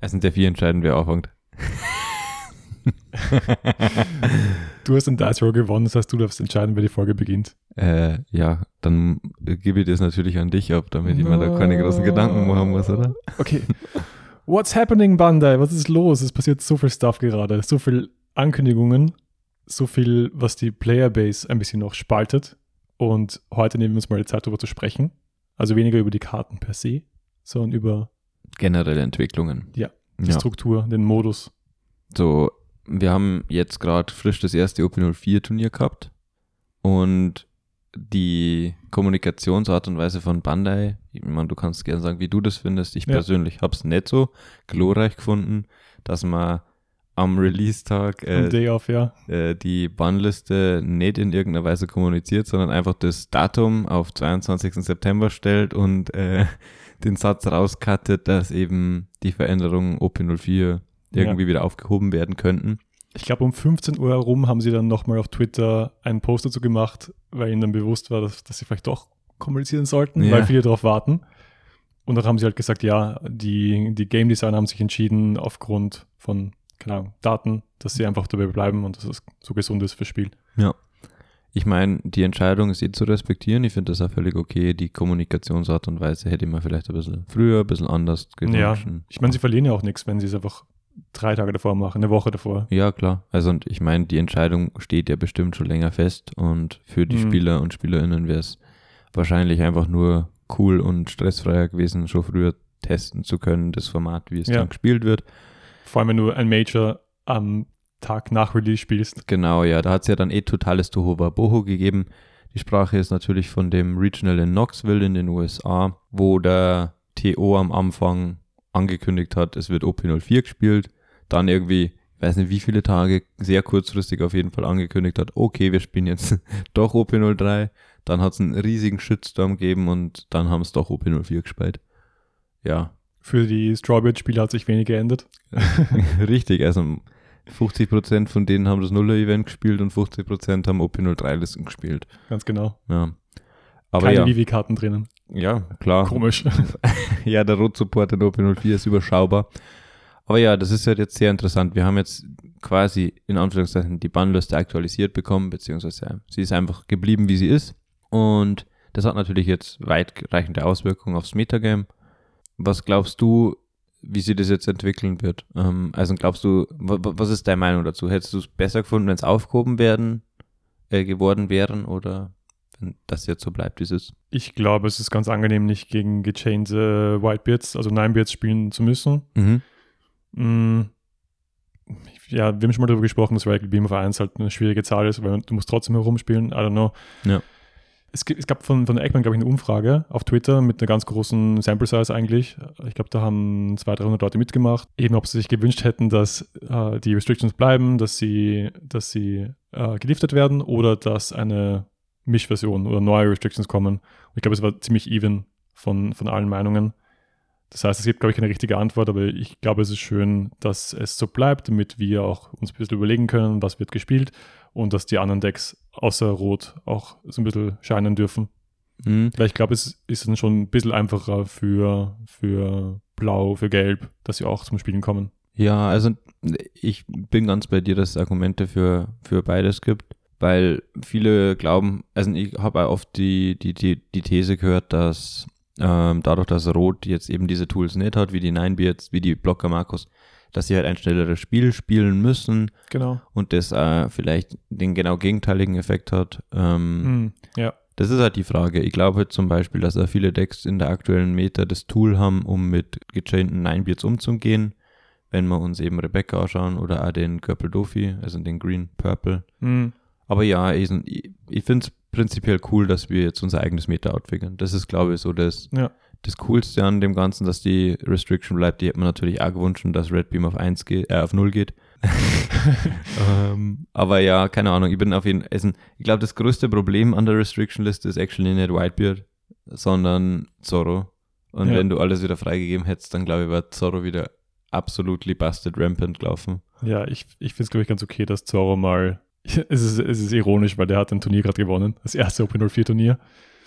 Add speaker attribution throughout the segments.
Speaker 1: Es sind ja vier entscheidend, wer aufhängt.
Speaker 2: Du hast den Dice Roll gewonnen, das heißt, du darfst entscheiden, wer die Folge beginnt.
Speaker 1: Äh, ja, dann äh, gebe ich das natürlich an dich ab, damit ich mir da keine großen Gedanken machen muss, oder?
Speaker 2: Okay. What's happening, Bandai? Was ist los? Es passiert so viel Stuff gerade, so viel Ankündigungen, so viel, was die Playerbase ein bisschen noch spaltet. Und heute nehmen wir uns mal die Zeit, darüber zu sprechen. Also weniger über die Karten per se, sondern über
Speaker 1: Generelle Entwicklungen.
Speaker 2: Ja. die
Speaker 1: ja.
Speaker 2: Struktur, den Modus.
Speaker 1: So, wir haben jetzt gerade frisch das erste OP04-Turnier gehabt und die Kommunikationsart und Weise von Bandai, ich meine, du kannst gerne sagen, wie du das findest. Ich
Speaker 2: Ja.
Speaker 1: persönlich habe es nicht so glorreich gefunden, dass man am Release-Tag
Speaker 2: Am
Speaker 1: äh,
Speaker 2: Day Off, ja.
Speaker 1: äh, die Bannliste nicht in irgendeiner Weise kommuniziert, sondern einfach das Datum auf 22. September stellt und äh, den Satz rauskattet, dass eben die Veränderungen OP04 irgendwie wieder aufgehoben werden könnten.
Speaker 2: Ich glaube, um 15 Uhr herum haben sie dann nochmal auf Twitter einen Post dazu gemacht, weil ihnen dann bewusst war, dass, dass sie vielleicht doch kommunizieren sollten,
Speaker 1: Ja.
Speaker 2: weil viele darauf warten. Und dann haben sie halt gesagt, ja, die, die Game Designer haben sich entschieden, aufgrund von, keine Ahnung, Daten, dass sie einfach dabei bleiben und dass es so gesund ist fürs Spiel.
Speaker 1: Ich meine, die Entscheidung ist eh zu respektieren. Ich finde das auch völlig okay. Die Kommunikationsart und Weise hätte man vielleicht ein bisschen früher, ein bisschen anders
Speaker 2: Ja,
Speaker 1: gewünscht.
Speaker 2: ich meine, sie verlieren ja auch nichts, wenn sie es einfach drei Tage davor machen, eine Woche davor.
Speaker 1: Ja, klar. Also und ich meine, die Entscheidung steht ja bestimmt schon länger fest und für die
Speaker 2: Mhm.
Speaker 1: Spieler und Spielerinnen wäre es wahrscheinlich einfach nur cool und stressfreier gewesen, schon früher testen zu können, das Format, wie es
Speaker 2: Ja.
Speaker 1: dann gespielt wird.
Speaker 2: Vor allem, wenn du ein Major am Tag nach Release spielst.
Speaker 1: Genau, ja, da hat es ja dann eh totales Tohuwabohu gegeben. Die Sprache ist natürlich von dem Regional in Knoxville in den USA, wo der TO am Anfang angekündigt hat, es wird OP04 gespielt, dann irgendwie, ich weiß nicht wie viele Tage, sehr kurzfristig auf jeden Fall angekündigt hat, okay, wir spielen jetzt doch OP03, dann hat es einen riesigen Shitstorm gegeben und dann haben es doch OP04 gespielt. Ja,
Speaker 2: Für die Strawberry-Spieler hat sich wenig geändert.
Speaker 1: Richtig, also 50% von denen haben das Nuller-Event gespielt und 50% haben OP03-Listen gespielt.
Speaker 2: Ganz genau.
Speaker 1: Ja. Aber
Speaker 2: Keine
Speaker 1: ja,
Speaker 2: Vivi-Karten drinnen.
Speaker 1: ja, klar.
Speaker 2: Komisch.
Speaker 1: Ja, der Rot-Support in OP04 ist überschaubar. Aber ja, das ist halt jetzt sehr interessant. Wir haben jetzt quasi in Anführungszeichen die Bannliste aktualisiert bekommen, beziehungsweise sie ist einfach geblieben, wie sie ist. Und das hat natürlich jetzt weitreichende Auswirkungen aufs Metagame. Was glaubst du, wie sie das jetzt entwickeln wird? Ähm, also glaubst du, wa- wa- was ist deine Meinung dazu? Hättest du es besser gefunden, wenn es aufgehoben werden, äh, geworden wären oder wenn das jetzt so bleibt, wie es ist?
Speaker 2: Ich glaube, es ist ganz angenehm, nicht gegen gechainte Whitebeards, also Ninebeards spielen zu müssen.
Speaker 1: Mhm.
Speaker 2: Mm. Ich- Ja, wir haben schon mal darüber gesprochen, dass Radical Beam auf 1 halt eine schwierige Zahl ist, weil du musst trotzdem herumspielen. I don't know.
Speaker 1: Ja.
Speaker 2: Es, gibt, es gab von, von Eggman, glaube ich, eine Umfrage auf Twitter mit einer ganz großen Sample Size eigentlich. Ich glaube, da haben 200, 300 Leute mitgemacht. Eben, ob sie sich gewünscht hätten, dass äh, die Restrictions bleiben, dass sie, dass sie äh, geliftet werden oder dass eine Mischversion oder neue Restrictions kommen. Und ich glaube, es war ziemlich even von, von allen Meinungen. Das heißt, es gibt, glaube ich, keine richtige Antwort, aber ich glaube, es ist schön, dass es so bleibt, damit wir auch uns ein bisschen überlegen können, was wird gespielt und dass die anderen Decks außer Rot auch so ein bisschen scheinen dürfen.
Speaker 1: Mhm.
Speaker 2: Weil ich glaube, es ist dann schon ein bisschen einfacher für, für Blau, für Gelb, dass sie auch zum Spielen kommen.
Speaker 1: Ja, also ich bin ganz bei dir, dass es Argumente für, für beides gibt, weil viele glauben, also ich habe auch oft die, die, die, die These gehört, dass ähm, dadurch, dass Rot jetzt eben diese Tools nicht hat, wie die Ninebeards, wie die Blocker Markus, dass sie halt ein schnelleres Spiel spielen müssen
Speaker 2: Genau.
Speaker 1: und das äh, vielleicht den genau gegenteiligen Effekt hat. Ähm,
Speaker 2: Mhm. Ja.
Speaker 1: das ist halt die Frage. Ich glaube halt zum Beispiel, dass auch viele Decks in der aktuellen Meta das Tool haben, um mit gechainten Ninebeards umzugehen. Wenn wir uns eben Rebecca anschauen oder auch den Purple Dofi, also den Green Purple.
Speaker 2: Mhm.
Speaker 1: Aber ja, ich, ich, ich finde es prinzipiell cool, dass wir jetzt unser eigenes Meta outfiggen. Das ist, glaube ich, so das,
Speaker 2: Ja.
Speaker 1: das Coolste an dem Ganzen, dass die Restriction bleibt. Die hätte man natürlich auch gewünscht, dass Red Beam auf 1 geht, äh, auf 0 geht. ähm, aber ja, keine Ahnung. Ich bin auf jeden Fall. also, Ich glaube, das größte Problem an der Restriction List ist actually nicht Whitebeard, sondern Zorro. Und
Speaker 2: Ja.
Speaker 1: wenn du alles wieder freigegeben hättest, dann glaube ich, wäre Zorro wieder absolutely busted rampant gelaufen.
Speaker 2: Ja, ich, ich finde es, glaube ich, ganz okay, dass Zorro mal. Es ist, es ist ironisch, weil der hat ein Turnier gerade gewonnen. Das erste Open 04 Turnier.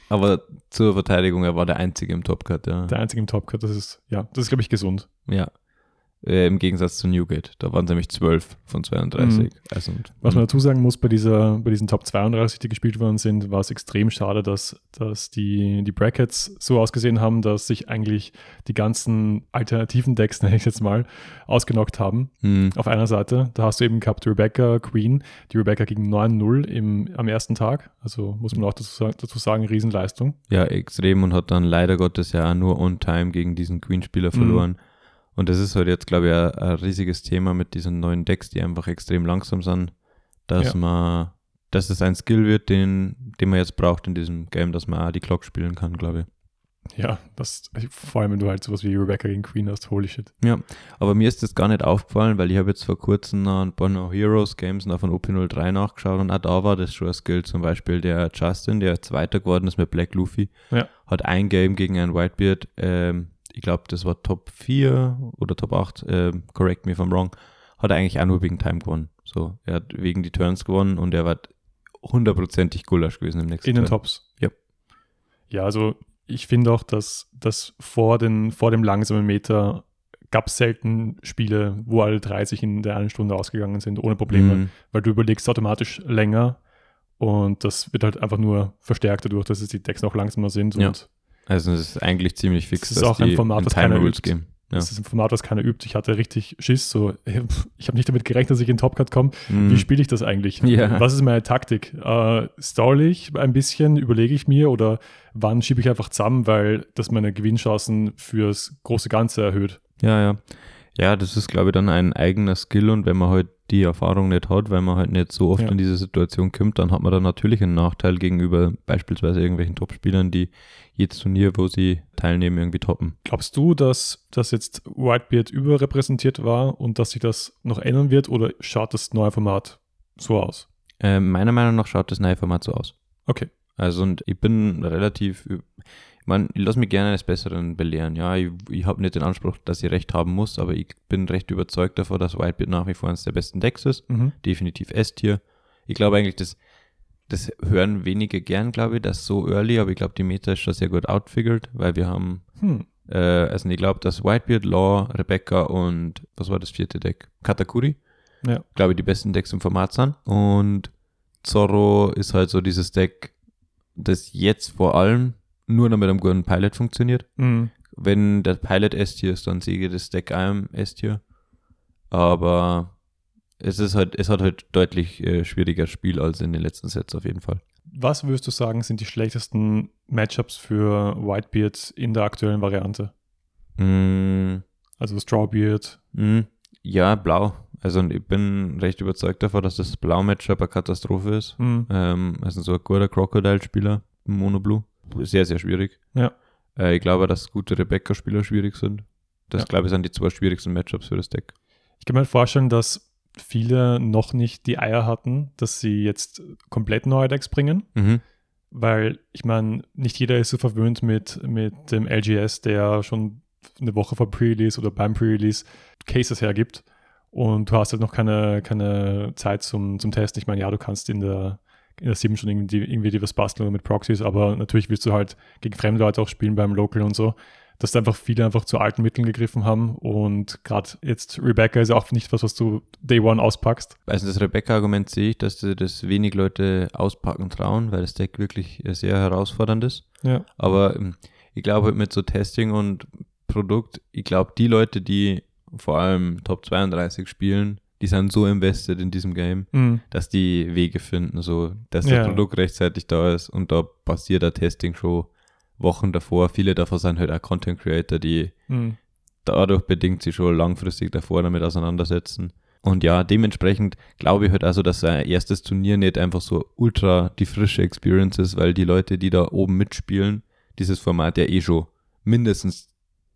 Speaker 1: Aber zur Verteidigung, er war der Einzige im Top Cut, ja.
Speaker 2: Der einzige im Top Cut. Das ist, ja, das ist, glaube ich, gesund.
Speaker 1: Ja. äh, im Gegensatz zu Newgate. Da waren es nämlich 12 von 32. Also,
Speaker 2: Mhm. Was man dazu sagen muss, bei, dieser, bei diesen Top 32, die gespielt worden sind, war es extrem schade, dass, dass die, die Brackets so ausgesehen haben, dass sich eigentlich die ganzen alternativen Decks, nenne ich jetzt mal, ausgenockt haben.
Speaker 1: Mhm.
Speaker 2: Auf einer Seite, da hast du eben gehabt Rebecca Queen. Die Rebecca ging 9-0 im- am ersten Tag. Also muss man auch dazu, sagen- dazu sagen, Riesenleistung.
Speaker 1: Ja, extrem und hat dann leider Gottes ja auch nur on time gegen diesen Queen-Spieler verloren. Und das ist halt jetzt, glaube ich, ein, ein riesiges Thema mit diesen neuen Decks, die einfach extrem langsam sind, dass
Speaker 2: Ja.
Speaker 1: man, dass es ein Skill wird, den, den man jetzt braucht in diesem Game, dass man auch die Clock spielen kann, glaube ich.
Speaker 2: Ja, das, vor allem wenn du halt sowas wie Rebecca gegen Queen hast, holy shit.
Speaker 1: Aber mir ist das gar nicht aufgefallen, weil ich habe jetzt vor kurzem noch ein paar No Heroes Games noch von OP03 nachgeschaut und auch da war das schon ein Skill. Zum Beispiel der Justin, der Zweiter geworden ist mit Black Luffy,
Speaker 2: Ja.
Speaker 1: hat ein Game gegen einen Whitebeard, ähm, ich glaube, das war Top 4 oder Top 8, ähm, correct me if I'm wrong, hat er eigentlich auch nur wegen Time gewonnen. So, er hat wegen die Turns gewonnen und er war hundertprozentig Gulasch gewesen im nächsten
Speaker 2: In den
Speaker 1: Turn.
Speaker 2: Tops.
Speaker 1: Ja.
Speaker 2: Ja, also ich finde auch, dass, dass vor, den, vor dem langsamen Meter gab es selten Spiele, wo alle 30 in der einen Stunde ausgegangen sind, ohne Probleme,
Speaker 1: Mhm.
Speaker 2: weil du überlegst automatisch länger und das wird halt einfach nur verstärkt dadurch, dass es die Decks noch langsamer sind
Speaker 1: Ja.
Speaker 2: und
Speaker 1: Also es ist eigentlich ziemlich fix,
Speaker 2: ist auch ein Format,
Speaker 1: in
Speaker 2: das
Speaker 1: Time
Speaker 2: keiner
Speaker 1: Rules
Speaker 2: übt.
Speaker 1: gehen. Ja.
Speaker 2: das ist ein Format, was keiner übt. Ich hatte richtig Schiss, so ey, pf, ich habe nicht damit gerechnet, dass ich in Top Cut komme.
Speaker 1: Mhm.
Speaker 2: Wie spiele ich das eigentlich?
Speaker 1: Ja.
Speaker 2: Was ist meine Taktik? Äh, stall ich ein bisschen, überlege ich mir oder wann schiebe ich einfach zusammen, weil das meine Gewinnchancen fürs große Ganze erhöht.
Speaker 1: Ja, ja. Ja, das ist, glaube ich, dann ein eigener Skill und wenn man halt die Erfahrung nicht hat, weil man halt nicht so oft
Speaker 2: Ja.
Speaker 1: in diese Situation kommt, dann hat man dann natürlich einen Nachteil gegenüber beispielsweise irgendwelchen Topspielern, die jedes Turnier, wo sie teilnehmen, irgendwie toppen.
Speaker 2: Glaubst du, dass das jetzt Whitebeard überrepräsentiert war und dass sich das noch ändern wird oder schaut das neue Format so aus?
Speaker 1: Äh, meiner Meinung nach schaut das neue Format so aus.
Speaker 2: Okay.
Speaker 1: Also und ich bin relativ, ich meine, ich lasse mich gerne des Besseren belehren. Ja, ich, ich habe nicht den Anspruch, dass ich recht haben muss, aber ich bin recht überzeugt davon, dass Whitebeard nach wie vor eines der besten Decks ist.
Speaker 2: Mhm.
Speaker 1: definitiv S-Tier. Ich glaube eigentlich, das, das hören wenige gern, glaube ich, das so early, aber ich glaube, die Meta ist schon sehr gut outfigured, weil wir haben,
Speaker 2: Hm.
Speaker 1: äh, also ich glaube, dass Whitebeard, Law, Rebecca und, was war das vierte Deck? Katakuri,
Speaker 2: Ja.
Speaker 1: glaube ich, die besten Decks im Format sind. Und Zorro ist halt so dieses Deck, das jetzt vor allem nur noch mit einem guten Pilot funktioniert.
Speaker 2: Mhm.
Speaker 1: Wenn der Pilot S-Tier ist, dann sehe ich das Deck einem S-Tier. Aber es ist halt, es hat halt deutlich äh, schwieriger Spiel als in den letzten Sets auf jeden Fall.
Speaker 2: Was würdest du sagen, sind die schlechtesten Matchups für Whitebeard in der aktuellen Variante?
Speaker 1: Mm,
Speaker 2: Also Strawbeard,
Speaker 1: mm, ja, blau. Also und ich bin recht überzeugt davon, dass das Blau-Matchup eine Katastrophe ist.
Speaker 2: hm.
Speaker 1: Ähm, also so ein guter Crocodile-Spieler, Monoblue. Sehr, sehr schwierig.
Speaker 2: Ja.
Speaker 1: Äh, ich glaube, dass gute Rebecca-Spieler schwierig sind. Das
Speaker 2: Ja.
Speaker 1: glaube ich sind die zwei schwierigsten Matchups für das Deck.
Speaker 2: Ich kann mir halt vorstellen, dass viele noch nicht die Eier hatten, dass sie jetzt komplett neue Decks bringen,
Speaker 1: Mhm.
Speaker 2: weil ich meine, nicht jeder ist so verwöhnt mit, mit dem LGS, der schon eine Woche vor Pre-Release oder beim Pre-Release Cases hergibt und du hast halt noch keine, keine Zeit zum, zum Testen. Ich meine, ja, du kannst in der in der 7 schon irgendwie, irgendwie dir was basteln oder mit Proxys, aber natürlich willst du halt gegen fremde Leute auch spielen beim Local und so, dass da einfach viele einfach zu alten Mitteln gegriffen haben und gerade jetzt Rebecca ist auch nicht was, was du Day One auspackst.
Speaker 1: Also das Rebecca-Argument sehe ich, dass sie das wenig Leute auspacken trauen, weil das Deck wirklich äh, sehr herausfordernd ist.
Speaker 2: Ja.
Speaker 1: Aber ähm, ich glaube halt mit so Testing und Produkt, ich glaube die Leute, die vor allem Top 32 spielen, die sind so invested in diesem Game,
Speaker 2: Mhm.
Speaker 1: dass die Wege finden, so dass
Speaker 2: Ja.
Speaker 1: das Produkt rechtzeitig da ist und da passiert der Testing schon Wochen davor. Viele davon sind halt auch Content Creator, die
Speaker 2: Mhm.
Speaker 1: dadurch bedingt sich schon langfristig davor damit auseinandersetzen. Und ja, dementsprechend glaube ich halt also, dass sein erstes Turnier nicht einfach so ultra die frische Experience ist, weil die Leute, die da oben mitspielen, dieses Format ja eh schon mindestens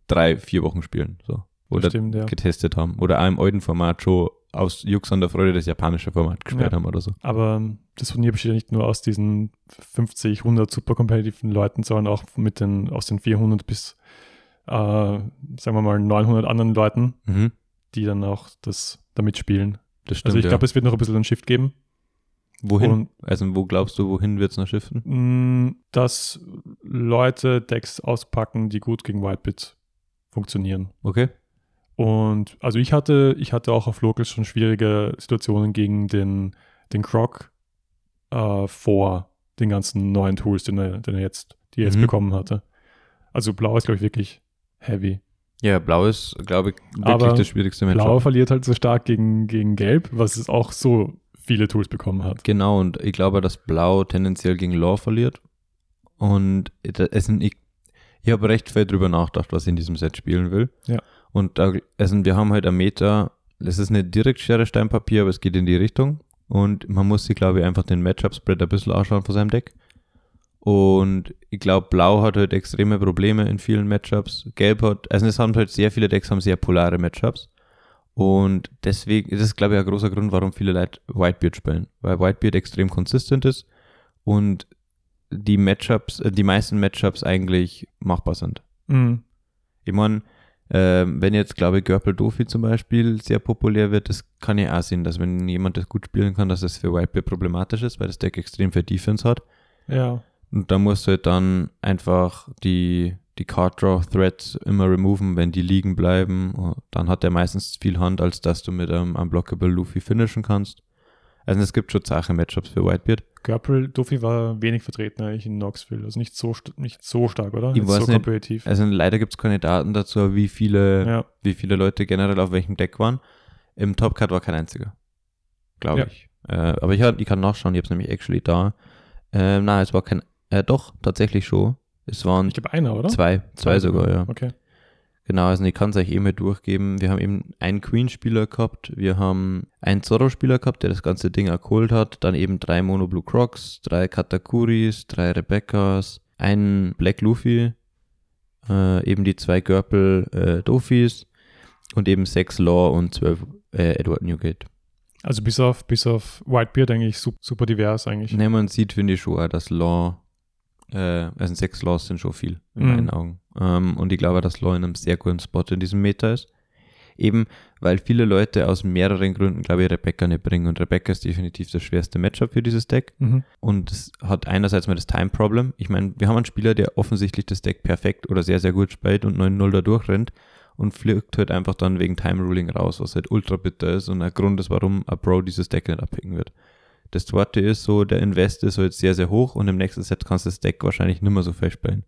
Speaker 1: drei, vier Wochen spielen. So. Oder
Speaker 2: Stimmt, ja.
Speaker 1: getestet haben. Oder auch im alten Format schon aus Jux an der Freude das japanische Format gespielt
Speaker 2: Ja.
Speaker 1: haben oder so.
Speaker 2: Aber ähm, das Turnier besteht ja nicht nur aus diesen 50, 100 super kompetitiven Leuten, sondern auch mit den, aus den 400 bis, äh, sagen wir mal, 900 anderen Leuten,
Speaker 1: Mhm.
Speaker 2: die dann auch das da mitspielen.
Speaker 1: Das stimmt.
Speaker 2: Also ich
Speaker 1: ja.
Speaker 2: glaube, es wird noch ein bisschen einen Shift geben.
Speaker 1: wohin?
Speaker 2: Und
Speaker 1: Also wo glaubst du, wohin wird es noch shiften?
Speaker 2: mh, mm, dass Leute Decks auspacken, die gut gegen Whitebit funktionieren.
Speaker 1: Okay.
Speaker 2: Und also ich hatte, ich hatte auch auf Locals schon schwierige Situationen gegen den, den Croc äh, vor den ganzen neuen Tools, den er, den er jetzt, die er jetzt
Speaker 1: Mhm.
Speaker 2: bekommen hatte. Also blau ist, glaube ich, wirklich heavy.
Speaker 1: Ja, blau ist, glaube ich, wirklich
Speaker 2: Aber
Speaker 1: das schwierigste
Speaker 2: Blau
Speaker 1: Matchup.
Speaker 2: verliert halt so stark gegen, gegen Gelb, was es auch so viele Tools bekommen hat.
Speaker 1: Genau, und ich glaube, dass blau tendenziell gegen Law verliert. Und da- es sind, ich, ich habe recht viel drüber nachgedacht, was ich in diesem Set spielen will.
Speaker 2: Ja.
Speaker 1: Und da, es sind, wir haben halt am Meter, es ist nicht direkt Schere, Stein, Papier, aber es geht in die Richtung. Und man muss sich, glaube ich, einfach den Matchup-Spread ein bisschen anschauen von seinem Deck. Und ich glaube, Blau hat halt extreme Probleme in vielen Matchups. Gelb hat, also es haben halt sehr viele Decks, haben sehr polare Matchups. Und deswegen ist es, glaube ich, ein großer Grund, warum viele Leute Whitebeard spielen. Weil Whitebeard extrem konsistent ist und die Matchups, äh, die meisten Matchups eigentlich machbar sind.
Speaker 2: Mhm.
Speaker 1: Ich meine, ähm, wenn jetzt, glaube ich, Görpel Dofi zum Beispiel sehr populär wird, das kann ja auch sehen, dass wenn jemand das gut spielen kann, dass das für Whitebeard problematisch ist, weil das Deck extrem viel Defense hat.
Speaker 2: Ja.
Speaker 1: Und da musst du halt dann einfach die, die Card-Draw-Threads immer removen, wenn die liegen bleiben. Dann hat der meistens viel Hand, als dass du mit einem Unblockable Luffy finishen kannst. Also es gibt schon Sachen Matchups für Whitebeard.
Speaker 2: Görpel, Duffy war wenig vertreten eigentlich in Knoxville. Also nicht so, st- nicht so stark, oder?
Speaker 1: Ich
Speaker 2: Nicht
Speaker 1: weiß
Speaker 2: so
Speaker 1: nicht. äh,
Speaker 2: kompetitiv.
Speaker 1: Also leider gibt es keine Daten dazu, wie viele,
Speaker 2: ja.
Speaker 1: wie viele Leute generell auf welchem Deck waren. Im Top Card war kein einziger. Glaube
Speaker 2: Ja.
Speaker 1: ich. Äh, aber ich, hab- ich kann nachschauen, ich habe es nämlich actually da. Ähm, na, es war kein. Äh, doch, tatsächlich schon. Es waren
Speaker 2: Ich glaube einer, oder?
Speaker 1: zwei, zwei sogar, ja.
Speaker 2: Okay.
Speaker 1: Genau, also ich kann es euch eh mal durchgeben. Wir haben eben einen Queen-Spieler gehabt, wir haben einen Zorro-Spieler gehabt, der das ganze Ding erkohlt hat, dann eben drei Mono Blue Crocs, drei Katakuris, drei Rebeccas, einen Black Luffy, äh, eben die zwei Görpel äh, Dofis und eben sechs Law und zwölf äh, Edward Newgate.
Speaker 2: Also bis auf, bis auf Whitebeard eigentlich su- super divers eigentlich.
Speaker 1: Ne, man sieht, finde ich schon auch, dass Law, äh, also sechs Laws sind schon viel in
Speaker 2: Mhm.
Speaker 1: meinen Augen. Ähm, und ich glaube, dass Law in einem sehr guten Spot in diesem Meta ist. Eben, weil viele Leute aus mehreren Gründen, glaube ich, Rebecca nicht bringen. Und Rebecca ist definitiv das schwerste Matchup für dieses Deck.
Speaker 2: Mhm.
Speaker 1: Und es hat einerseits mal das Time-Problem. Ich meine, wir haben einen Spieler, der offensichtlich das Deck perfekt oder sehr, sehr gut spielt und 9-0 da durchrennt und fliegt halt einfach dann wegen Time-Ruling raus, was halt ultra bitter ist und ein Grund ist, warum ein Bro dieses Deck nicht abpicken wird. Das zweite ist so, der Invest ist halt sehr, sehr hoch und im nächsten Set kannst du das Deck wahrscheinlich nicht mehr so fest spielen.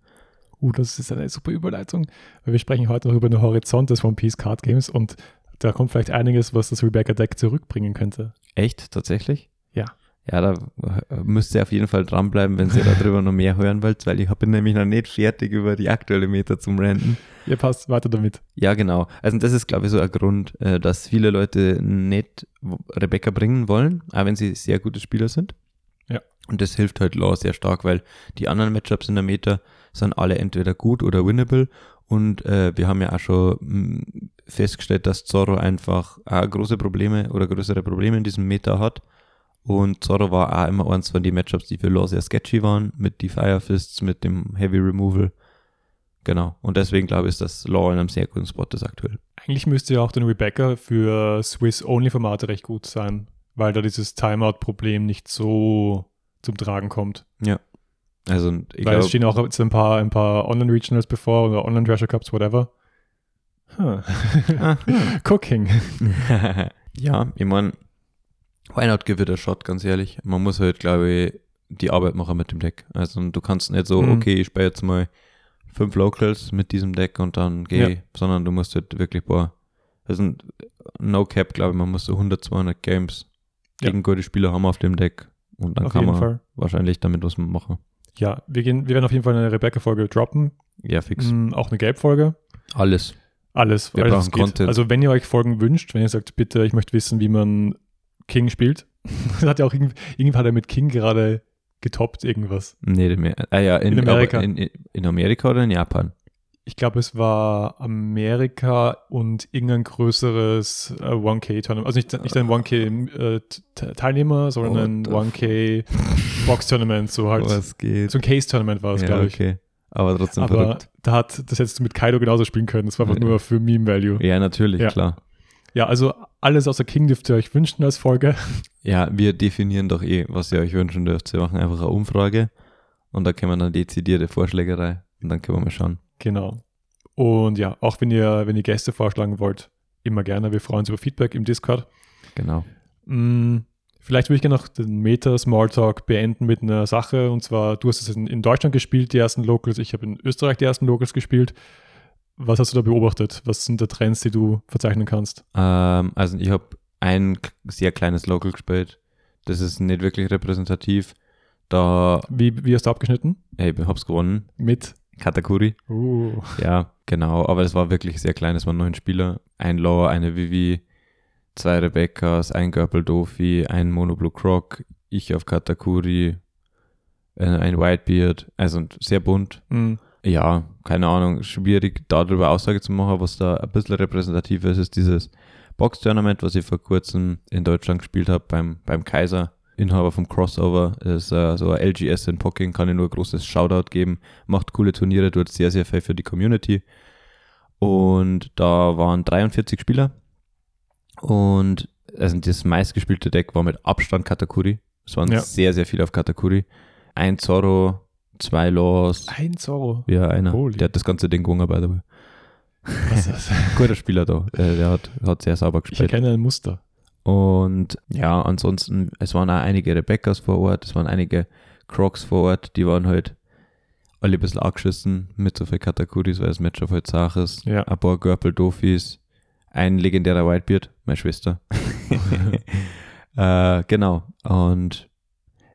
Speaker 2: Uh, das ist eine super Überleitung. Weil wir sprechen heute noch über den Horizont des One Piece Card Games und da kommt vielleicht einiges, was das Rebecca Deck zurückbringen könnte.
Speaker 1: Echt? Tatsächlich?
Speaker 2: Ja.
Speaker 1: Ja, da äh, müsst ihr auf jeden Fall dranbleiben, wenn ihr darüber noch mehr hören wollt, weil ich bin nämlich noch nicht fertig über die aktuelle Meta zum Renten.
Speaker 2: Ihr passt weiter damit.
Speaker 1: Ja, genau. Also das ist, glaube ich, so ein Grund, äh, dass viele Leute nicht w- Rebecca bringen wollen, auch wenn sie sehr gute Spieler sind.
Speaker 2: Ja.
Speaker 1: Und das hilft halt Law sehr stark, weil die anderen Matchups in der Meta sind alle entweder gut oder winnable. Und äh, wir haben ja auch schon mh, festgestellt, dass Zorro einfach auch große Probleme oder größere Probleme in diesem Meta hat. Und Zorro war auch immer eins von den Matchups, die für Law sehr sketchy waren, mit die Fire Fists, mit dem Heavy Removal. Genau. Und deswegen glaube ich, ist das Law in einem sehr guten Spot ist aktuell.
Speaker 2: Eigentlich müsste ja auch den Rebecca für Swiss-Only-Formate recht gut sein, weil da dieses Timeout-Problem nicht so zum Tragen kommt.
Speaker 1: Also und ich
Speaker 2: weil es
Speaker 1: glaube,
Speaker 2: stehen auch jetzt ein paar, ein paar Online-Regionals bevor oder Online-Treasure Cups, whatever. Huh. Cooking.
Speaker 1: Ah. ja, ich meine, why not give it a shot, ganz ehrlich. Man muss halt, glaube ich, die Arbeit machen mit dem Deck. Also und du kannst nicht so,
Speaker 2: Mhm.
Speaker 1: okay, ich spiele jetzt mal fünf Locals mit diesem Deck und dann gehe, ich, sondern du musst halt wirklich, boah, also und no cap, glaube ich, man muss so 100, 200 Games
Speaker 2: Ja.
Speaker 1: gegen gute Spieler haben auf dem Deck und dann
Speaker 2: Auf
Speaker 1: kann
Speaker 2: jeden
Speaker 1: man
Speaker 2: Fall.
Speaker 1: wahrscheinlich damit was machen.
Speaker 2: Ja, wir, gehen, wir werden auf jeden Fall eine Rebecca-Folge droppen.
Speaker 1: Ja, fix.
Speaker 2: Mm, auch eine Gelb-Folge.
Speaker 1: Alles.
Speaker 2: Alles,
Speaker 1: Wir
Speaker 2: alles
Speaker 1: brauchen
Speaker 2: was geht.
Speaker 1: Content.
Speaker 2: Also wenn ihr euch Folgen wünscht, wenn ihr sagt, bitte, ich möchte wissen, wie man King spielt. das hat ja auch irgend, irgendwann hat er mit King gerade getoppt irgendwas.
Speaker 1: Nee, in, ah, ja, in,
Speaker 2: In Amerika.
Speaker 1: aber In, in Amerika oder in Japan?
Speaker 2: Ich glaube, es war Amerika und irgendein größeres äh, 1K-Tournament. Also nicht, nicht ein äh, 1K-Teilnehmer, sondern
Speaker 1: What
Speaker 2: ein
Speaker 1: the
Speaker 2: 1K-Box-Tournament. So halt.
Speaker 1: Was geht?
Speaker 2: So ein Case-Tournament war es,
Speaker 1: ja,
Speaker 2: glaube ich.
Speaker 1: okay. Aber trotzdem
Speaker 2: Aber
Speaker 1: verrückt.
Speaker 2: da hat das hättest du mit Kaido genauso spielen können. Das war einfach
Speaker 1: Ja.
Speaker 2: nur für Meme-Value.
Speaker 1: Ja, natürlich,
Speaker 2: Ja.
Speaker 1: klar.
Speaker 2: Ja, also alles außer King dürft ihr euch wünschen als Folge.
Speaker 1: Ja, wir definieren doch eh, was ihr euch wünschen dürft. Wir machen einfach eine Umfrage und da können wir dann dezidierte Vorschläge rein und dann können wir mal schauen.
Speaker 2: Genau. Und ja, auch wenn ihr, wenn ihr Gäste vorschlagen wollt, immer gerne. Wir freuen uns über Feedback im Discord.
Speaker 1: Genau.
Speaker 2: Mm, Vielleicht würde ich gerne noch den Meta-Smalltalk beenden mit einer Sache. Und zwar, du hast es in, in Deutschland gespielt, die ersten Locals. Ich habe in Österreich die ersten Locals gespielt. Was hast du da beobachtet? Was sind da Trends, die du verzeichnen kannst?
Speaker 1: Ähm, also ich habe ein k- sehr kleines Local gespielt. Das ist nicht wirklich repräsentativ. Da,
Speaker 2: Wie, wie hast du abgeschnitten?
Speaker 1: ey, ich hab's gewonnen.
Speaker 2: Mit?
Speaker 1: Katakuri.
Speaker 2: Uh,
Speaker 1: Ja, genau. Aber es war wirklich sehr klein. Es waren neun Spieler. Ein Lower, eine Vivi, zwei Rebeccas, ein Görpel Dofi, ein Monoblue Croc, ich auf Katakuri, äh, ein Whitebeard. Also und sehr bunt.
Speaker 2: mm,
Speaker 1: Ja, keine Ahnung. Schwierig, darüber Aussage zu machen, was da ein bisschen repräsentativ ist, ist dieses Box-Tournament, was ich vor kurzem in Deutschland gespielt habe beim, beim Kaiser. Inhaber vom Crossover ist äh, so ein LGS in Poking, kann ich nur ein großes Shoutout geben. Macht coole Turniere, tut sehr, sehr viel für die Community. Und da waren 43 Spieler. Und also das meistgespielte Deck war mit Abstand Katakuri. Es waren
Speaker 2: Ja.
Speaker 1: sehr, sehr viele auf Katakuri. Ein Zorro, zwei Laws.
Speaker 2: ein Zorro.
Speaker 1: Ja, einer.
Speaker 2: Holy.
Speaker 1: Der hat das ganze Ding gewonnen, by the way.
Speaker 2: Was ist das?
Speaker 1: Guter Spieler da. Äh, der hat, hat sehr sauber
Speaker 2: Ich
Speaker 1: gespielt.
Speaker 2: erkenne ein Muster.
Speaker 1: Und ja, ansonsten, es waren auch einige Rebeccas vor Ort, es waren einige Crocs vor Ort, die waren halt alle ein bisschen angeschissen mit so viel Katakuris, weil das Matchup halt Sach ist.
Speaker 2: Ja.
Speaker 1: Ein paar Görpel Dofis, ein legendärer Whitebeard, meine Schwester. äh, genau. Und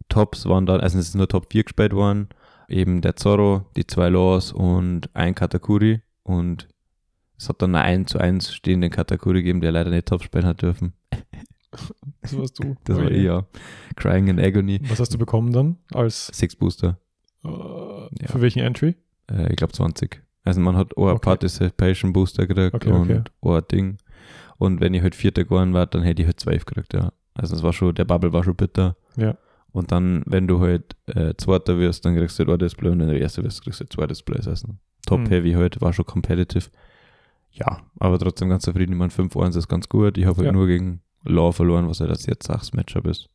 Speaker 1: Tops waren dann, also es ist nur Top 4 gespielt worden. Eben der Zorro, die zwei Laws und ein Katakuri. Und es hat dann einen 1 zu 1 stehenden Katakuri gegeben, der leider nicht Top spielen hat dürfen.
Speaker 2: Das warst du. Oh
Speaker 1: Das war
Speaker 2: Oje.
Speaker 1: ich, ja. Crying in Agony.
Speaker 2: Was hast du bekommen dann als
Speaker 1: Six Booster.
Speaker 2: äh, für welchen Entry?
Speaker 1: Äh, ich glaube 20. Also man hat auch ein
Speaker 2: Okay.
Speaker 1: Participation Booster gekriegt
Speaker 2: Okay,
Speaker 1: und
Speaker 2: okay.
Speaker 1: auch ein Ding. Und wenn ich heute Vierter geworden war, dann hätte ich heute zwölf gekriegt, ja. Also es war schon, der Bubble war schon bitter.
Speaker 2: Ja.
Speaker 1: Und dann, wenn du halt äh, Zweiter wirst, dann kriegst du halt ein Display und wenn du Erster wirst, kriegst du zwei Displays. Also
Speaker 2: Mhm.
Speaker 1: top-heavy heute, war schon competitive. Ja, aber trotzdem ganz zufrieden. Ich meine, 5-1 ist ganz gut. Ich habe halt
Speaker 2: Ja.
Speaker 1: nur gegen Law verloren, was halt das jetzt Sachs Matchup ist.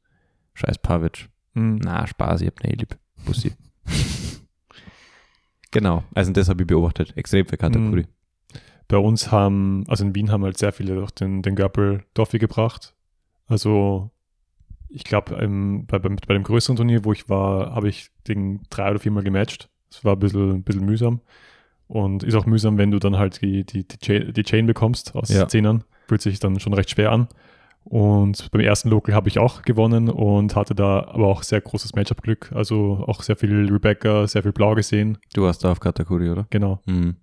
Speaker 1: Scheiß Pavic.
Speaker 2: Mm.
Speaker 1: Na, Spaß, ich hab ne lieb. Bussi. genau, also das habe ich beobachtet. Extrem für Katakuri.
Speaker 2: bei uns haben, also in Wien haben halt sehr viele doch den, den Görpel Doffi gebracht. Also ich glaube, ähm, bei, beim- bei dem größeren Turnier, wo ich war, habe ich den drei oder viermal gematcht. Das war ein bisschen, ein bisschen mühsam. Und ist auch mühsam, wenn du dann halt die, die, die, Chain, die Chain bekommst aus
Speaker 1: Ja.
Speaker 2: Zehnern. Fühlt sich dann schon recht schwer an. Und beim ersten Local habe ich auch gewonnen und hatte da aber auch sehr großes Matchup-Glück. Also auch sehr viel Rebecca, sehr viel Blau gesehen.
Speaker 1: Du warst da auf Katakuri, oder?
Speaker 2: Genau.
Speaker 1: Mhm.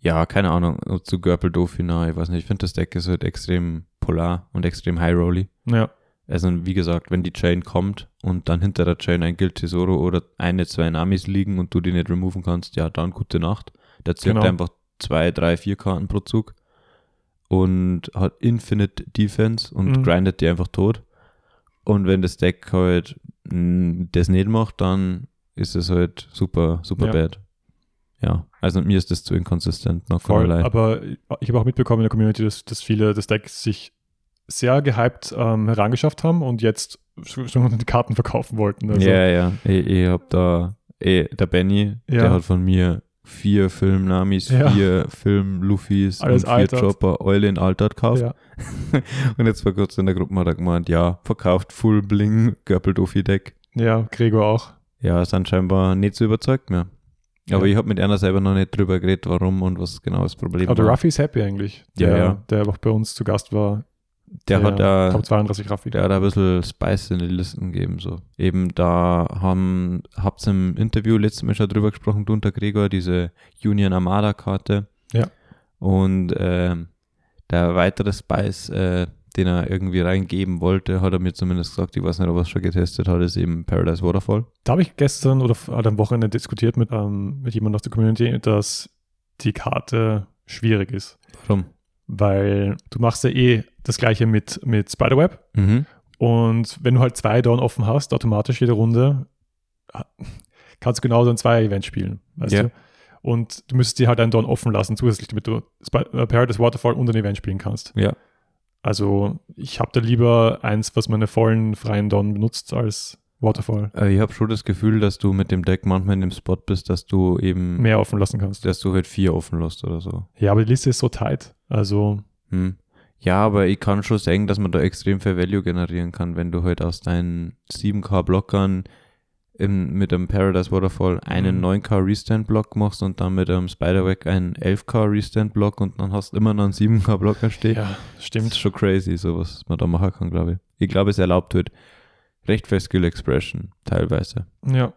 Speaker 1: Ja, keine Ahnung. Und Zu Görpel Dofina, ich weiß nicht. Ich finde, das Deck ist halt extrem polar und extrem high rolly.
Speaker 2: Ja.
Speaker 1: Also, wie gesagt, wenn die Chain kommt und dann hinter der Chain ein Guild Tesoro oder eine, zwei Namis liegen und du die nicht removen kannst, ja, dann gute Nacht. Der zieht
Speaker 2: Genau.
Speaker 1: einfach zwei, drei, vier Karten pro Zug und hat Infinite Defense und
Speaker 2: Mhm.
Speaker 1: grindet die einfach tot. Und wenn das Deck halt mh, das nicht macht, dann ist es halt super, super
Speaker 2: Ja.
Speaker 1: bad. Ja, also mir ist das zu inkonsistent, noch
Speaker 2: Voll,
Speaker 1: keinerlei.
Speaker 2: aber ich habe auch mitbekommen in der Community, dass, dass viele das Deck sich sehr gehypt ähm, herangeschafft haben und jetzt schon schon die Karten verkaufen wollten. Also,
Speaker 1: ja, ja. Ich, ich hab da, eh, der Benny,
Speaker 2: Ja.
Speaker 1: der hat von mir vier Film-Namis,
Speaker 2: Ja.
Speaker 1: vier Film-Lufis
Speaker 2: Alles
Speaker 1: und vier
Speaker 2: altert.
Speaker 1: Chopper Eule in Altart gekauft.
Speaker 2: ja.
Speaker 1: Und jetzt vor kurzem in der Gruppe hat er gemeint, ja, verkauft Full Bling, Görpel Dofi Deck.
Speaker 2: ja, Gregor auch.
Speaker 1: Ja, sind scheinbar nicht so überzeugt mehr. Aber
Speaker 2: Ja.
Speaker 1: ich hab mit einer selber noch nicht drüber geredet, warum und was genau das Problem
Speaker 2: Aber der
Speaker 1: war.
Speaker 2: Ruffy ist happy eigentlich.
Speaker 1: Ja,
Speaker 2: Der,
Speaker 1: ja.
Speaker 2: der auch bei uns zu Gast war.
Speaker 1: Der, hat da
Speaker 2: Top 32 Ruffy.
Speaker 1: der hat ein bisschen Spice in die Listen gegeben. So. Eben da haben, habt ihr im Interview letztes Mal schon drüber gesprochen, du und der Gregor, diese Union Armada-Karte.
Speaker 2: Ja.
Speaker 1: Und ähm, der weitere Spice, äh, den er irgendwie reingeben wollte, hat er mir zumindest gesagt, ich weiß nicht, ob er es schon getestet hat, ist eben Paradise Waterfall.
Speaker 2: Da habe ich gestern oder f- halt am Wochenende diskutiert mit, ähm, mit jemandem aus der Community, dass die Karte schwierig ist.
Speaker 1: Warum?
Speaker 2: Weil du machst ja eh das gleiche mit, mit Spiderweb.
Speaker 1: Mhm.
Speaker 2: Und wenn du halt zwei Down offen hast, automatisch jede Runde, ha- kannst du genauso ein Zwei-Event spielen. Weißt
Speaker 1: Ja.
Speaker 2: du? Und du müsstest dir halt einen Down offen lassen, zusätzlich, damit du Sp- äh, Paradise Waterfall und ein Event spielen kannst.
Speaker 1: Ja.
Speaker 2: Also, ich habe da lieber eins, was meine vollen freien Down benutzt, als Waterfall.
Speaker 1: Äh, Ich habe schon das Gefühl, dass du mit dem Deck manchmal in dem Spot bist, dass du eben,
Speaker 2: Mehr offen lassen kannst.
Speaker 1: dass du halt vier offen lässt oder so.
Speaker 2: Ja, aber die Liste ist so tight. Also,
Speaker 1: Hm. Ja, aber ich kann schon sagen, dass man da extrem viel Value generieren kann, wenn du halt aus deinen 7K-Blockern im, mit einem Paradise Waterfall einen
Speaker 2: Mhm.
Speaker 1: 9K Restand-Block machst und dann mit einem Spiderweg einen 11K Restand-Block und dann hast du immer noch einen 7K-Blocker stehen.
Speaker 2: Ja,
Speaker 1: Das ist
Speaker 2: stimmt.
Speaker 1: schon crazy, so was man da machen kann, glaube ich. Ich glaube, es erlaubt wird recht viel Skill Expression, teilweise.
Speaker 2: Ja,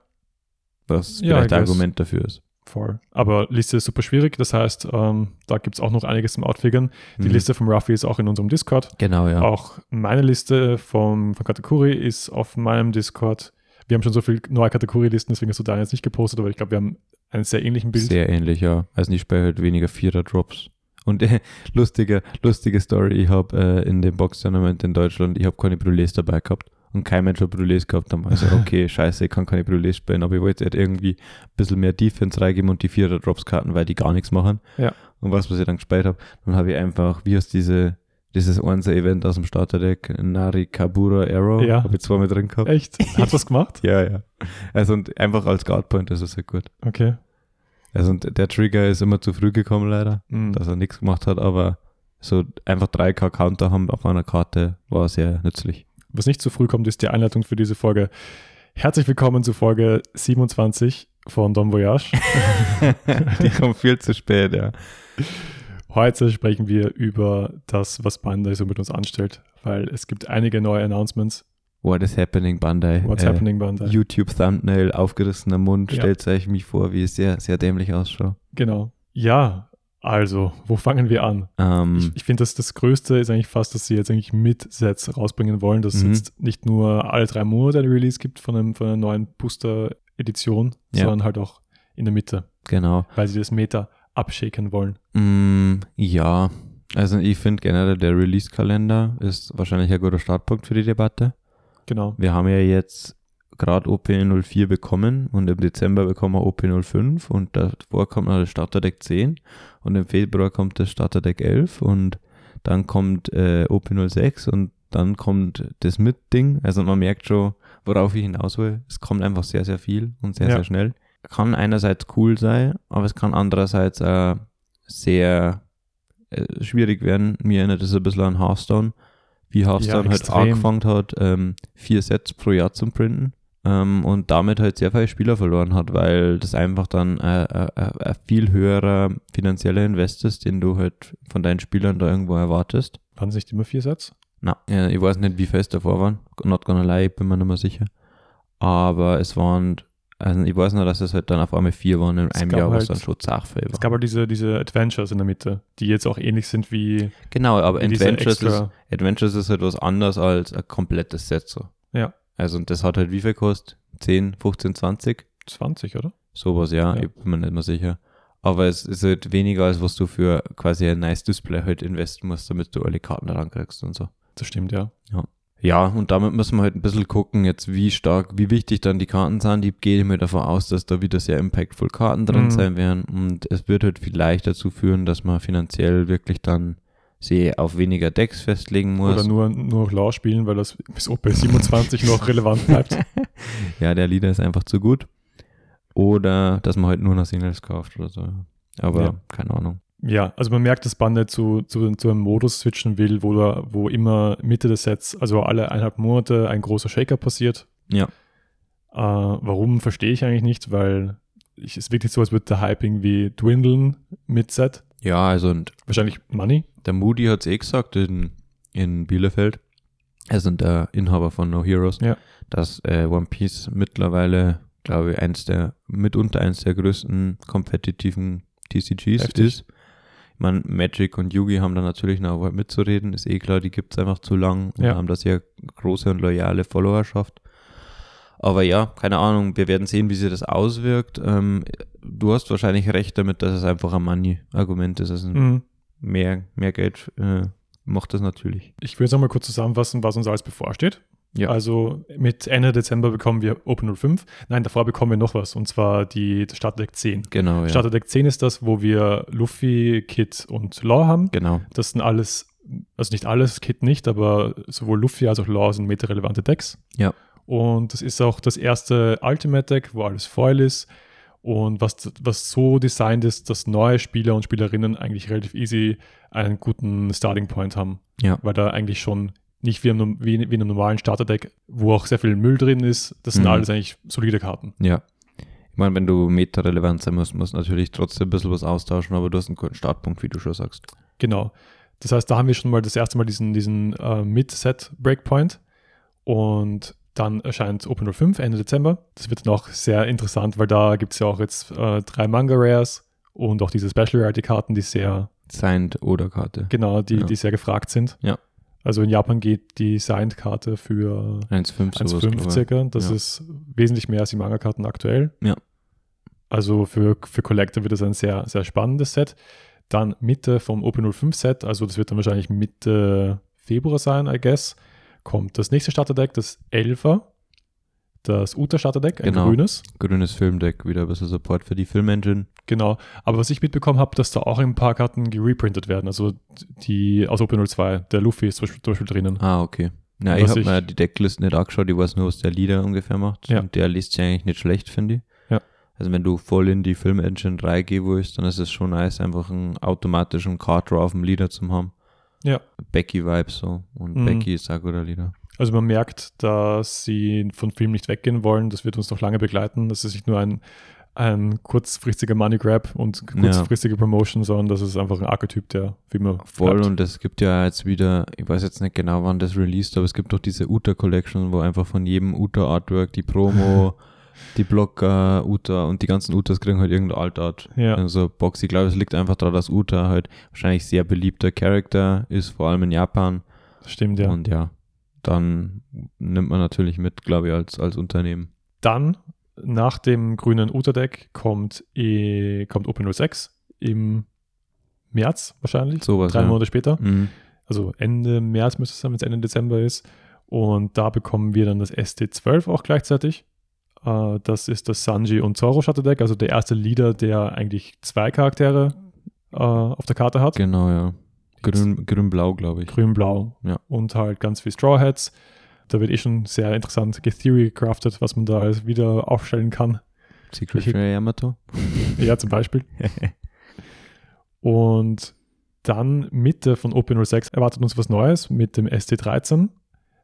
Speaker 1: Was
Speaker 2: Ja,
Speaker 1: vielleicht
Speaker 2: I
Speaker 1: ein
Speaker 2: guess.
Speaker 1: Argument dafür ist.
Speaker 2: voll. Aber Liste ist super schwierig. Das heißt, ähm, da gibt es auch noch einiges zum Outfigern. Die
Speaker 1: Mhm.
Speaker 2: Liste vom Ruffy ist auch in unserem Discord.
Speaker 1: Genau, ja.
Speaker 2: Auch meine Liste vom, von Katakuri ist auf meinem Discord. Wir haben schon so viel neue Kategorielisten, deswegen hast du deine jetzt nicht gepostet, aber ich glaube, wir haben einen sehr ähnlichen Bild.
Speaker 1: Sehr ähnlich, ja. Also nicht bei halt weniger Vierer-Drops. Und äh, lustige, lustige Story, ich habe äh, in dem Box-Tournament in Deutschland, ich habe keine Brûlés dabei gehabt und kein Mensch hat Brûlés gehabt. Dann war ich so, okay, scheiße, ich kann keine Brûlés spielen, aber ich wollte halt irgendwie ein bisschen mehr Defense reingeben und die Vierer-Drops-Karten, weil die gar nichts machen.
Speaker 2: Ja.
Speaker 1: Und was, was ich dann gespielt habe, dann habe ich einfach, wie aus diese dieses Einser-Event aus dem Starterdeck, Nari Kabura Arrow,
Speaker 2: Ja. Äh.
Speaker 1: habe ich zwei mit drin gehabt.
Speaker 2: Echt? Hat was gemacht?
Speaker 1: Ja, ja. Also und einfach als Guardpoint, das ist ja gut.
Speaker 2: Okay.
Speaker 1: Also und der Trigger ist immer zu früh gekommen leider,
Speaker 2: Mhm.
Speaker 1: dass er nichts gemacht hat, aber so einfach 3K Counter haben auf einer Karte war sehr nützlich.
Speaker 2: Was nicht zu früh kommt, ist die Einleitung für diese Folge. Herzlich willkommen zu Folge 27 von Don Voyage.
Speaker 1: Die kommt viel zu spät, ja.
Speaker 2: Heute sprechen wir über das, was Bandai so mit uns anstellt, weil es gibt einige neue Announcements.
Speaker 1: What is happening, Bandai?
Speaker 2: What's
Speaker 1: Äh,
Speaker 2: happening, Bandai?
Speaker 1: YouTube Thumbnail, aufgerissener Mund,
Speaker 2: Ja.
Speaker 1: stellt euch mich vor, wie ich sehr, sehr dämlich ausschaue.
Speaker 2: Genau. Ja, also, wo fangen wir an?
Speaker 1: Ähm,
Speaker 2: Ich, ich finde, dass das Größte ist eigentlich fast, dass sie jetzt eigentlich mit Sets rausbringen wollen, dass es
Speaker 1: Mhm.
Speaker 2: jetzt nicht nur alle drei Monate ein Release gibt von, einem, von einer neuen Booster-Edition,
Speaker 1: Ja.
Speaker 2: sondern halt auch in der Mitte,
Speaker 1: genau.
Speaker 2: weil sie das Meta abschicken wollen.
Speaker 1: Mm, ja, also ich finde generell der Release-Kalender ist wahrscheinlich ein guter Startpunkt für die Debatte.
Speaker 2: Genau.
Speaker 1: Wir haben ja jetzt gerade OP04 bekommen und im Dezember bekommen wir OP05 und davor kommt noch das Starterdeck 10 und im Februar kommt das Starterdeck 11 und dann kommt äh, OP06 und dann kommt das Mit-Ding. Also man merkt schon, worauf ich hinaus will. Es kommt einfach sehr, sehr viel und sehr,
Speaker 2: Ja.
Speaker 1: sehr schnell. Kann einerseits cool sein, aber es kann andererseits auch sehr äh, schwierig werden. Mir erinnert es ein bisschen an Hearthstone, wie Hearthstone halt
Speaker 2: extrem.
Speaker 1: angefangen hat, ähm, vier Sets pro Jahr zum Printen ähm, und damit halt sehr viele Spieler verloren hat, weil das einfach dann äh, äh, äh, ein viel höherer finanzieller Invest ist, den du halt von deinen Spielern da irgendwo erwartest.
Speaker 2: Waren es nicht immer vier Sets?
Speaker 1: Na, äh, ich weiß nicht, wie fest davor waren. Not gonna lie, bin mir nicht mehr sicher. Aber es waren, also ich weiß nur, dass es halt dann auf einmal vier waren in
Speaker 2: Es
Speaker 1: einem
Speaker 2: gab
Speaker 1: Jahr, was
Speaker 2: halt-
Speaker 1: dann schon Zachfeld
Speaker 2: Es
Speaker 1: war.
Speaker 2: gab halt diese, diese Adventures in der Mitte, die jetzt auch ähnlich sind wie,
Speaker 1: Genau, aber
Speaker 2: wie diese
Speaker 1: Adventures ist,
Speaker 2: extra.
Speaker 1: Adventures ist halt was anderes als ein komplettes Set so.
Speaker 2: Ja.
Speaker 1: Also und das hat halt wie viel kostet? 10, 15, 20?
Speaker 2: 20, oder?
Speaker 1: Sowas, ja,
Speaker 2: Ja.
Speaker 1: ich bin mir nicht mehr sicher. Aber es ist halt weniger, als was du für quasi ein nice Display halt investen musst, damit du alle Karten daran kriegst und so.
Speaker 2: Das stimmt, ja.
Speaker 1: Ja, und damit müssen wir halt ein bisschen gucken, jetzt wie stark, wie wichtig dann die Karten sind. Ich gehe mir davon aus, dass da wieder sehr impactful Karten drin
Speaker 2: Mhm.
Speaker 1: sein werden. Und es wird halt vielleicht dazu führen, dass man finanziell wirklich dann sie auf weniger Decks festlegen muss.
Speaker 2: Oder nur, nur noch Law spielen, weil das bis OP 27 noch relevant bleibt.
Speaker 1: ja, der Leader ist einfach zu gut. Oder dass man halt nur noch Singles kauft oder so. Aber
Speaker 2: Ja.
Speaker 1: keine Ahnung.
Speaker 2: Ja, also man merkt, dass Bande zu, zu, zu einem Modus switchen will, wo, da, wo immer Mitte des Sets, also alle eineinhalb Monate, ein großer Shaker passiert.
Speaker 1: Ja.
Speaker 2: Äh, warum verstehe ich eigentlich nicht, weil ich, es ist wirklich so, als würde der Hype irgendwie dwindeln mit Set.
Speaker 1: Ja, also und
Speaker 2: Wahrscheinlich Money.
Speaker 1: Der Moody hat es eh gesagt in, in Bielefeld, also der Inhaber von No Heroes,
Speaker 2: Ja.
Speaker 1: dass äh, One Piece mittlerweile, glaube ich, eins der, mitunter eins der größten kompetitiven TCGs
Speaker 2: Heftig.
Speaker 1: ist. Ich meine, Magic und Yugi haben da natürlich noch was mitzureden, ist eh klar, die gibt es einfach zu lang und
Speaker 2: Ja.
Speaker 1: haben da sehr große und loyale Followerschaft. Aber ja, keine Ahnung, wir werden sehen, wie sich das auswirkt. Ähm, du hast wahrscheinlich recht damit, dass es einfach ein Money-Argument ist, also ein
Speaker 2: Mhm.
Speaker 1: mehr, mehr Geld äh, macht das natürlich.
Speaker 2: Ich würde jetzt nochmal kurz zusammenfassen, was uns alles bevorsteht.
Speaker 1: Ja.
Speaker 2: Also mit Ende Dezember bekommen wir Open 05. Nein, davor bekommen wir noch was, und zwar die, das Starterdeck 10.
Speaker 1: Genau, ja.
Speaker 2: Starterdeck 10 ist das, wo wir Luffy, Kid und Law haben.
Speaker 1: genau.
Speaker 2: Das sind alles, also nicht alles, Kid nicht, aber sowohl Luffy als auch Law sind meterrelevante Decks.
Speaker 1: Ja.
Speaker 2: Und das ist auch das erste Ultimate Deck, wo alles Foil ist. und was, was so designt ist, dass neue Spieler und Spielerinnen eigentlich relativ easy einen guten Starting Point haben.
Speaker 1: Ja.
Speaker 2: Weil da eigentlich schon nicht wie, im, wie, in- wie in einem normalen Starterdeck, wo auch sehr viel Müll drin ist, das sind
Speaker 1: Mhm.
Speaker 2: alles eigentlich solide Karten.
Speaker 1: Ja. Ich meine, wenn du meta-relevant sein musst, musst du natürlich trotzdem ein bisschen was austauschen, aber du hast einen guten Startpunkt, wie du schon sagst.
Speaker 2: Genau. Das heißt, da haben wir schon mal das erste Mal diesen, diesen äh, Mid-Set-Breakpoint. Und dann erscheint Open World 5 Ende Dezember. Das wird dann auch sehr interessant, weil da gibt es ja auch jetzt äh, drei Manga-Rares und auch diese Special-Rarity-Karten, die sehr,
Speaker 1: Signed oder Karte.
Speaker 2: genau, die,
Speaker 1: Ja.
Speaker 2: die sehr gefragt sind.
Speaker 1: Ja.
Speaker 2: Also in Japan geht die Signed-Karte für
Speaker 1: 1,5 sowas.
Speaker 2: 1,5
Speaker 1: glaube ich.
Speaker 2: circa. Das
Speaker 1: Ja.
Speaker 2: ist wesentlich mehr als die Manga-Karten aktuell.
Speaker 1: Ja.
Speaker 2: Also für, für Collector wird das ein sehr, sehr spannendes Set. Dann Mitte vom Open 05 Set, also das wird dann wahrscheinlich Mitte Februar sein, I guess, kommt das nächste Starterdeck, das 11er, das Uta Starterdeck, ein
Speaker 1: Genau.
Speaker 2: grünes.
Speaker 1: Grünes Filmdeck, wieder ein bisschen Support für die Filmengine.
Speaker 2: Genau. Aber was ich mitbekommen habe, dass da auch ein paar Karten gereprintet werden, also die aus Open 02, der Luffy ist zum Beispiel, zum Beispiel drinnen.
Speaker 1: Ah, okay. Na, ich
Speaker 2: Was
Speaker 1: habe
Speaker 2: ich-
Speaker 1: mir die Decklist nicht angeschaut, ich weiß nur, was der Leader ungefähr macht.
Speaker 2: Ja.
Speaker 1: Und der liest sich eigentlich nicht schlecht, finde ich.
Speaker 2: Ja.
Speaker 1: Also wenn du voll in die Film-Engine reingehen willst, dann ist es schon nice, einfach einen automatischen Card-Draw auf dem Leader zu haben.
Speaker 2: Ja.
Speaker 1: Becky-Vibe so. Und
Speaker 2: Mhm.
Speaker 1: Becky ist auch ein guter Leader.
Speaker 2: Also man merkt, dass sie von Film nicht weggehen wollen. Das wird uns noch lange begleiten. Das ist nicht nur ein, ein kurzfristiger Money Grab und kurzfristige Promotion, sondern das ist einfach ein Archetyp, der wie immer
Speaker 1: Voll
Speaker 2: bleibt.
Speaker 1: und es gibt ja jetzt wieder, ich weiß jetzt nicht genau, wann das released, aber es gibt doch diese Uta Collection, wo einfach von jedem Uta Artwork die Promo, die Blogger, Uta und die ganzen Utas kriegen halt irgendein Altart.
Speaker 2: Ja.
Speaker 1: Also Box, ich glaube, es liegt einfach daran, dass Uta halt wahrscheinlich sehr beliebter Charakter ist, vor allem in Japan.
Speaker 2: Stimmt, ja.
Speaker 1: Und ja, dann nimmt man natürlich mit, glaube ich, als, als Unternehmen.
Speaker 2: Dann, nach dem grünen Uterdeck kommt, eh, kommt Open 06 im März wahrscheinlich.
Speaker 1: Sowas.
Speaker 2: drei
Speaker 1: ja.
Speaker 2: Monate später.
Speaker 1: Mhm.
Speaker 2: Also Ende März müsste es sein, wenn es Ende Dezember ist. Und da bekommen wir dann das ST12 auch gleichzeitig. Äh, das ist das Sanji und Zoro Shuttle-Deck, also der erste Leader, der eigentlich zwei Charaktere äh, auf der Karte hat.
Speaker 1: Genau, ja. Grün- Grün-blau, glaube ich.
Speaker 2: Grün-Blau.
Speaker 1: Ja.
Speaker 2: Und halt ganz viel Straw Hats. Da wird eh schon sehr interessant getheory crafted, was man da alles wieder aufstellen kann.
Speaker 1: Secret
Speaker 2: Ich-
Speaker 1: Rare Yamato.
Speaker 2: Ja, zum Beispiel. Und dann Mitte von OP06 erwartet uns was Neues mit dem ST13.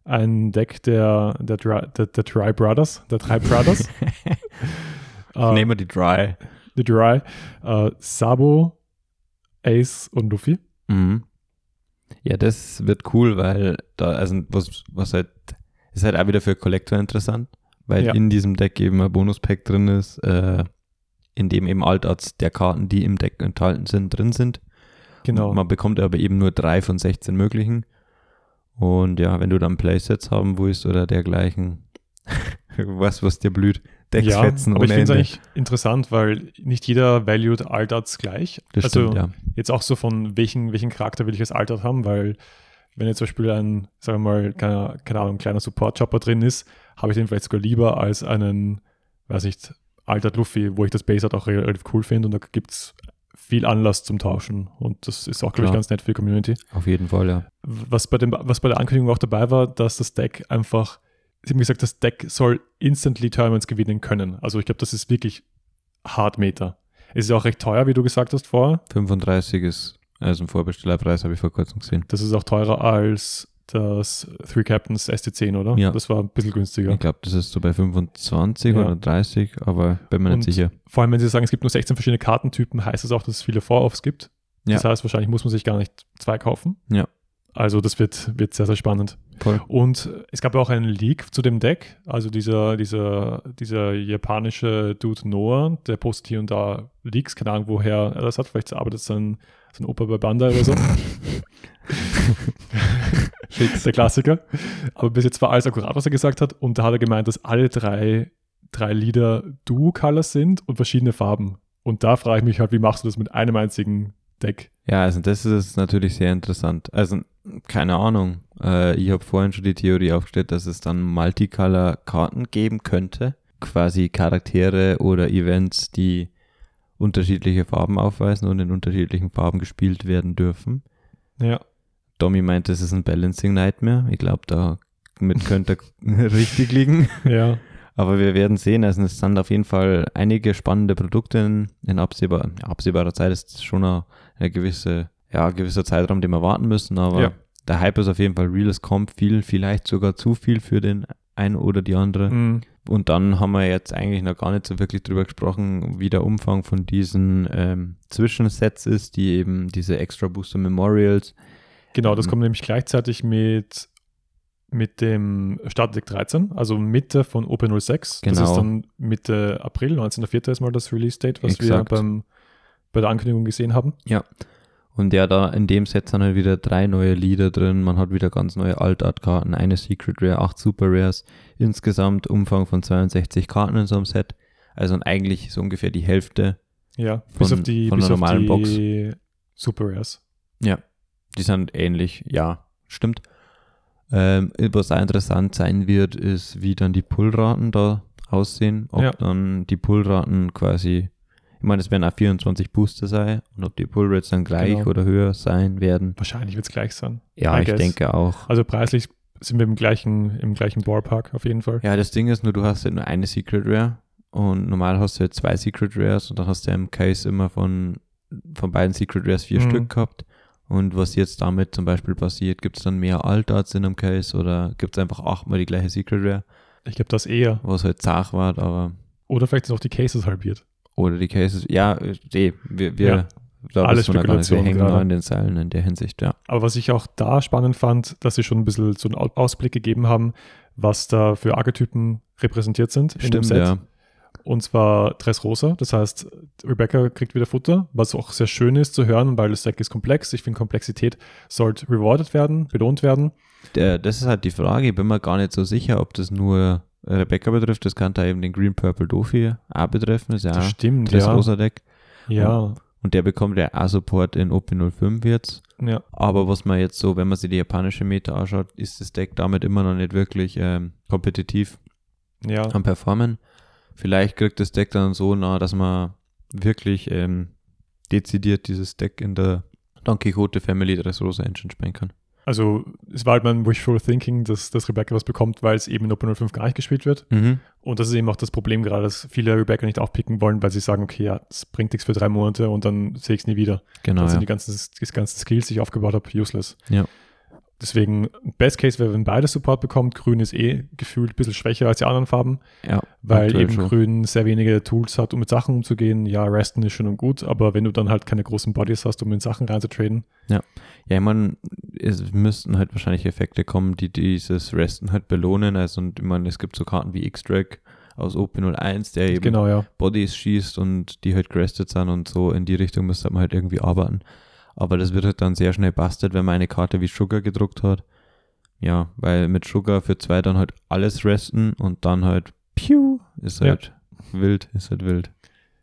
Speaker 2: Ein Deck der, der, Dry, der, der Dry Brothers, der Dry Brothers. äh,
Speaker 1: Nehmen wir die Dry.
Speaker 2: die Dry. Äh, Sabo, Ace und Luffy.
Speaker 1: Mhm. Ja, das wird cool, weil da, also was, was halt, ist halt auch wieder für Collector interessant, weil
Speaker 2: Ja.
Speaker 1: in diesem Deck eben ein Bonus-Pack drin ist, äh, in dem eben Altarts der Karten, die im Deck enthalten sind, drin sind.
Speaker 2: Genau.
Speaker 1: Man bekommt aber eben nur drei von 16 möglichen. Und ja, wenn du dann Playsets haben willst oder dergleichen, was, was dir blüht, Decks
Speaker 2: ja,
Speaker 1: fetzen
Speaker 2: aber ich
Speaker 1: ohne
Speaker 2: finde es
Speaker 1: Ende.
Speaker 2: eigentlich interessant, weil nicht jeder valued Altarts gleich.
Speaker 1: das
Speaker 2: also
Speaker 1: stimmt, ja.
Speaker 2: jetzt auch so von welchen, welchen Charakter will ich als Altart haben, weil wenn jetzt zum Beispiel ein, sagen wir mal, keine, keine Ahnung, kleiner Support-Chopper drin ist, habe ich den vielleicht sogar lieber als einen, weiß nicht, Altart Luffy, wo ich das Base-Art auch re- relativ cool finde und da gibt es viel Anlass zum Tauschen und das ist auch, glaube ich,
Speaker 1: Klar.
Speaker 2: ganz nett für die Community.
Speaker 1: Auf jeden Fall, ja.
Speaker 2: Was bei, dem, was bei der Ankündigung auch dabei war, dass das Deck einfach, sie haben gesagt, das Deck soll instantly Tournaments gewinnen können. Also ich glaube, das ist wirklich Hard Meter. Es ist auch recht teuer, wie du gesagt hast vorher.
Speaker 1: 35 ist, also ein Vorbestellerpreis habe ich vor kurzem gesehen.
Speaker 2: Das ist auch teurer als das Three Captains ST10, oder?
Speaker 1: Ja.
Speaker 2: Das war ein bisschen günstiger.
Speaker 1: Ich glaube, das ist so bei 25
Speaker 2: Ja.
Speaker 1: oder 30, aber bin mir
Speaker 2: Und-
Speaker 1: nicht sicher.
Speaker 2: Vor allem, wenn Sie sagen, es gibt nur 16 verschiedene Kartentypen, heißt das auch, dass es viele Voraufs gibt.
Speaker 1: Ja.
Speaker 2: Das heißt, wahrscheinlich muss man sich gar nicht zwei kaufen.
Speaker 1: Ja.
Speaker 2: Also das wird, wird sehr, sehr spannend.
Speaker 1: Voll.
Speaker 2: Und es gab ja auch einen Leak zu dem Deck. Also dieser, dieser, dieser japanische Dude Noah, der postet hier und da Leaks, keine Ahnung, woher er das hat. Vielleicht arbeitet sein, sein Opa bei Bandai oder so. Ist der Klassiker. Aber bis jetzt war alles akkurat, was er gesagt hat. Und da hat er gemeint, dass alle drei, drei Lieder Duo-Colors sind und verschiedene Farben. Und da frage ich mich halt, wie machst du das mit einem einzigen Deck?
Speaker 1: Ja, also das ist natürlich sehr interessant. Also, keine Ahnung. Äh, ich habe vorhin schon die Theorie aufgestellt, dass es dann Multicolor-Karten geben könnte. Quasi Charaktere oder Events, die unterschiedliche Farben aufweisen und in unterschiedlichen Farben gespielt werden dürfen.
Speaker 2: Ja.
Speaker 1: Domi meint, das ist ein Balancing Nightmare. Ich glaube, damit könnte er richtig liegen.
Speaker 2: Ja.
Speaker 1: Aber wir werden sehen, also es sind auf jeden Fall einige spannende Produkte in, in absehbar, ja, absehbarer Zeit. Ist schon eine, eine gewisse, ja, gewisser Zeitraum, den wir warten müssen, aber
Speaker 2: Ja.
Speaker 1: der Hype ist auf jeden Fall real. Es kommt viel, vielleicht sogar zu viel für den einen oder die andere.
Speaker 2: Mhm.
Speaker 1: Und dann haben wir jetzt eigentlich noch gar nicht so wirklich drüber gesprochen, wie der Umfang von diesen ähm, Zwischensets ist, die eben diese Extra Booster Memorials.
Speaker 2: Genau, das
Speaker 1: Mhm.
Speaker 2: kommt nämlich gleichzeitig mit, mit dem Startdeck 13, also Mitte von Open 06. Das
Speaker 1: Genau.
Speaker 2: ist dann Mitte April, 19.04. ist mal das Release-Date, was
Speaker 1: Exakt.
Speaker 2: wir beim, bei der Ankündigung gesehen haben.
Speaker 1: Und ja, da in dem Set sind halt wieder drei neue Lieder drin. Man hat wieder ganz neue Altart-Karten, eine Secret Rare, acht Super Rares. Insgesamt Umfang von 62 Karten in so einem Set. Also eigentlich so ungefähr die Hälfte.
Speaker 2: Ja,
Speaker 1: Von-
Speaker 2: bis auf die,
Speaker 1: von
Speaker 2: bis
Speaker 1: der
Speaker 2: auf
Speaker 1: normalen
Speaker 2: die Super Rares.
Speaker 1: Die sind ähnlich, ja, stimmt. Ähm, was auch interessant sein wird, ist, wie dann die Pullraten da aussehen. Ob
Speaker 2: Ja.
Speaker 1: dann die Pullraten quasi, ich meine, es werden auch 24 Booster sein und ob die Pullrates dann gleich
Speaker 2: Genau.
Speaker 1: oder höher sein werden.
Speaker 2: Wahrscheinlich wird es gleich sein.
Speaker 1: Ja,
Speaker 2: I
Speaker 1: ich
Speaker 2: guess.
Speaker 1: denke auch.
Speaker 2: Also preislich sind wir im gleichen, im gleichen Ballpark auf jeden Fall.
Speaker 1: Ja, das Ding ist nur, du hast ja nur eine Secret Rare und normal hast du ja zwei Secret Rares und dann hast du ja im Case immer von, von beiden Secret Rares vier
Speaker 2: Mhm.
Speaker 1: Stück gehabt. Und was jetzt damit zum Beispiel passiert, gibt es dann mehr Altarts in einem Case oder gibt es einfach achtmal die gleiche Secret Rare,
Speaker 2: Ich glaube, das eher.
Speaker 1: was halt zach war, aber
Speaker 2: Oder vielleicht sind auch die Cases halbiert.
Speaker 1: oder die Cases, ja, äh, eh, wir, wir
Speaker 2: Ja.
Speaker 1: da
Speaker 2: Alle
Speaker 1: wissen wir noch gar nicht. wir
Speaker 2: Spekulationen
Speaker 1: hängen
Speaker 2: gerade.
Speaker 1: noch in den Seilen in der Hinsicht, ja.
Speaker 2: Aber was ich auch da spannend fand, dass sie schon ein bisschen so einen Au- Ausblick gegeben haben, was da für Archetypen repräsentiert sind in dem
Speaker 1: Stimmt,
Speaker 2: Set.
Speaker 1: ja.
Speaker 2: Und zwar Dressrosa, das heißt, Rebecca kriegt wieder Futter, was auch sehr schön ist zu hören, weil das Deck ist komplex. Ich finde, Komplexität sollte rewarded werden, belohnt werden.
Speaker 1: Der, das ist halt die Frage. Ich bin mir gar nicht so sicher, ob das nur Rebecca betrifft. Das kann da eben den Green Purple Dofi auch betreffen. Ist ja
Speaker 2: Das
Speaker 1: auch
Speaker 2: stimmt,
Speaker 1: das
Speaker 2: ja.
Speaker 1: rosa Deck.
Speaker 2: Ja,
Speaker 1: Und der bekommt ja auch Support in OP05 jetzt.
Speaker 2: ja.
Speaker 1: Aber was man jetzt so, wenn man sich die japanische Meta anschaut, ist das Deck damit immer noch nicht wirklich ähm, kompetitiv
Speaker 2: ja.
Speaker 1: am Performen. Vielleicht kriegt das Deck dann so nah, dass man wirklich ähm, dezidiert dieses Deck in der Don Quixote Family Dressrosa Engine spielen kann.
Speaker 2: Also es war halt mein Wishful Thinking, dass, dass Rebecca was bekommt, weil es eben in Open 05 gar nicht gespielt wird.
Speaker 1: Mhm.
Speaker 2: Und das ist eben auch das Problem gerade, dass viele Rebecca nicht aufpicken wollen, weil sie sagen, okay, ja, das bringt nichts für drei Monate und dann sehe ich es nie wieder.
Speaker 1: Genau.
Speaker 2: Dann sind
Speaker 1: Ja.
Speaker 2: die ganzen, die ganzen Skills, die ich aufgebaut habe, useless.
Speaker 1: Ja.
Speaker 2: Deswegen, Best Case wäre, wenn beide Support bekommt. Grün ist eh gefühlt ein bisschen schwächer als die anderen Farben,
Speaker 1: ja,
Speaker 2: weil
Speaker 1: aktuell
Speaker 2: eben
Speaker 1: schon.
Speaker 2: Grün sehr wenige Tools hat, um mit Sachen umzugehen. Ja, Resten ist schön und gut, aber wenn du dann halt keine großen Bodies hast, um in Sachen reinzutraden,
Speaker 1: Ja, ich meine, es müssten halt wahrscheinlich Effekte kommen, die dieses Resten halt belohnen. Also, und ich meine, es gibt so Karten wie X-Drag aus OP01, der eben
Speaker 2: genau, ja.
Speaker 1: Bodies schießt und die halt gerestet sind und so. In die Richtung müsste man halt irgendwie arbeiten. Aber das wird halt dann sehr schnell bastet, wenn man eine Karte wie Sugar gedruckt hat. Ja, weil mit Sugar für zwei dann halt alles resten und dann halt Piu ist
Speaker 2: Ja.
Speaker 1: halt wild, ist halt wild.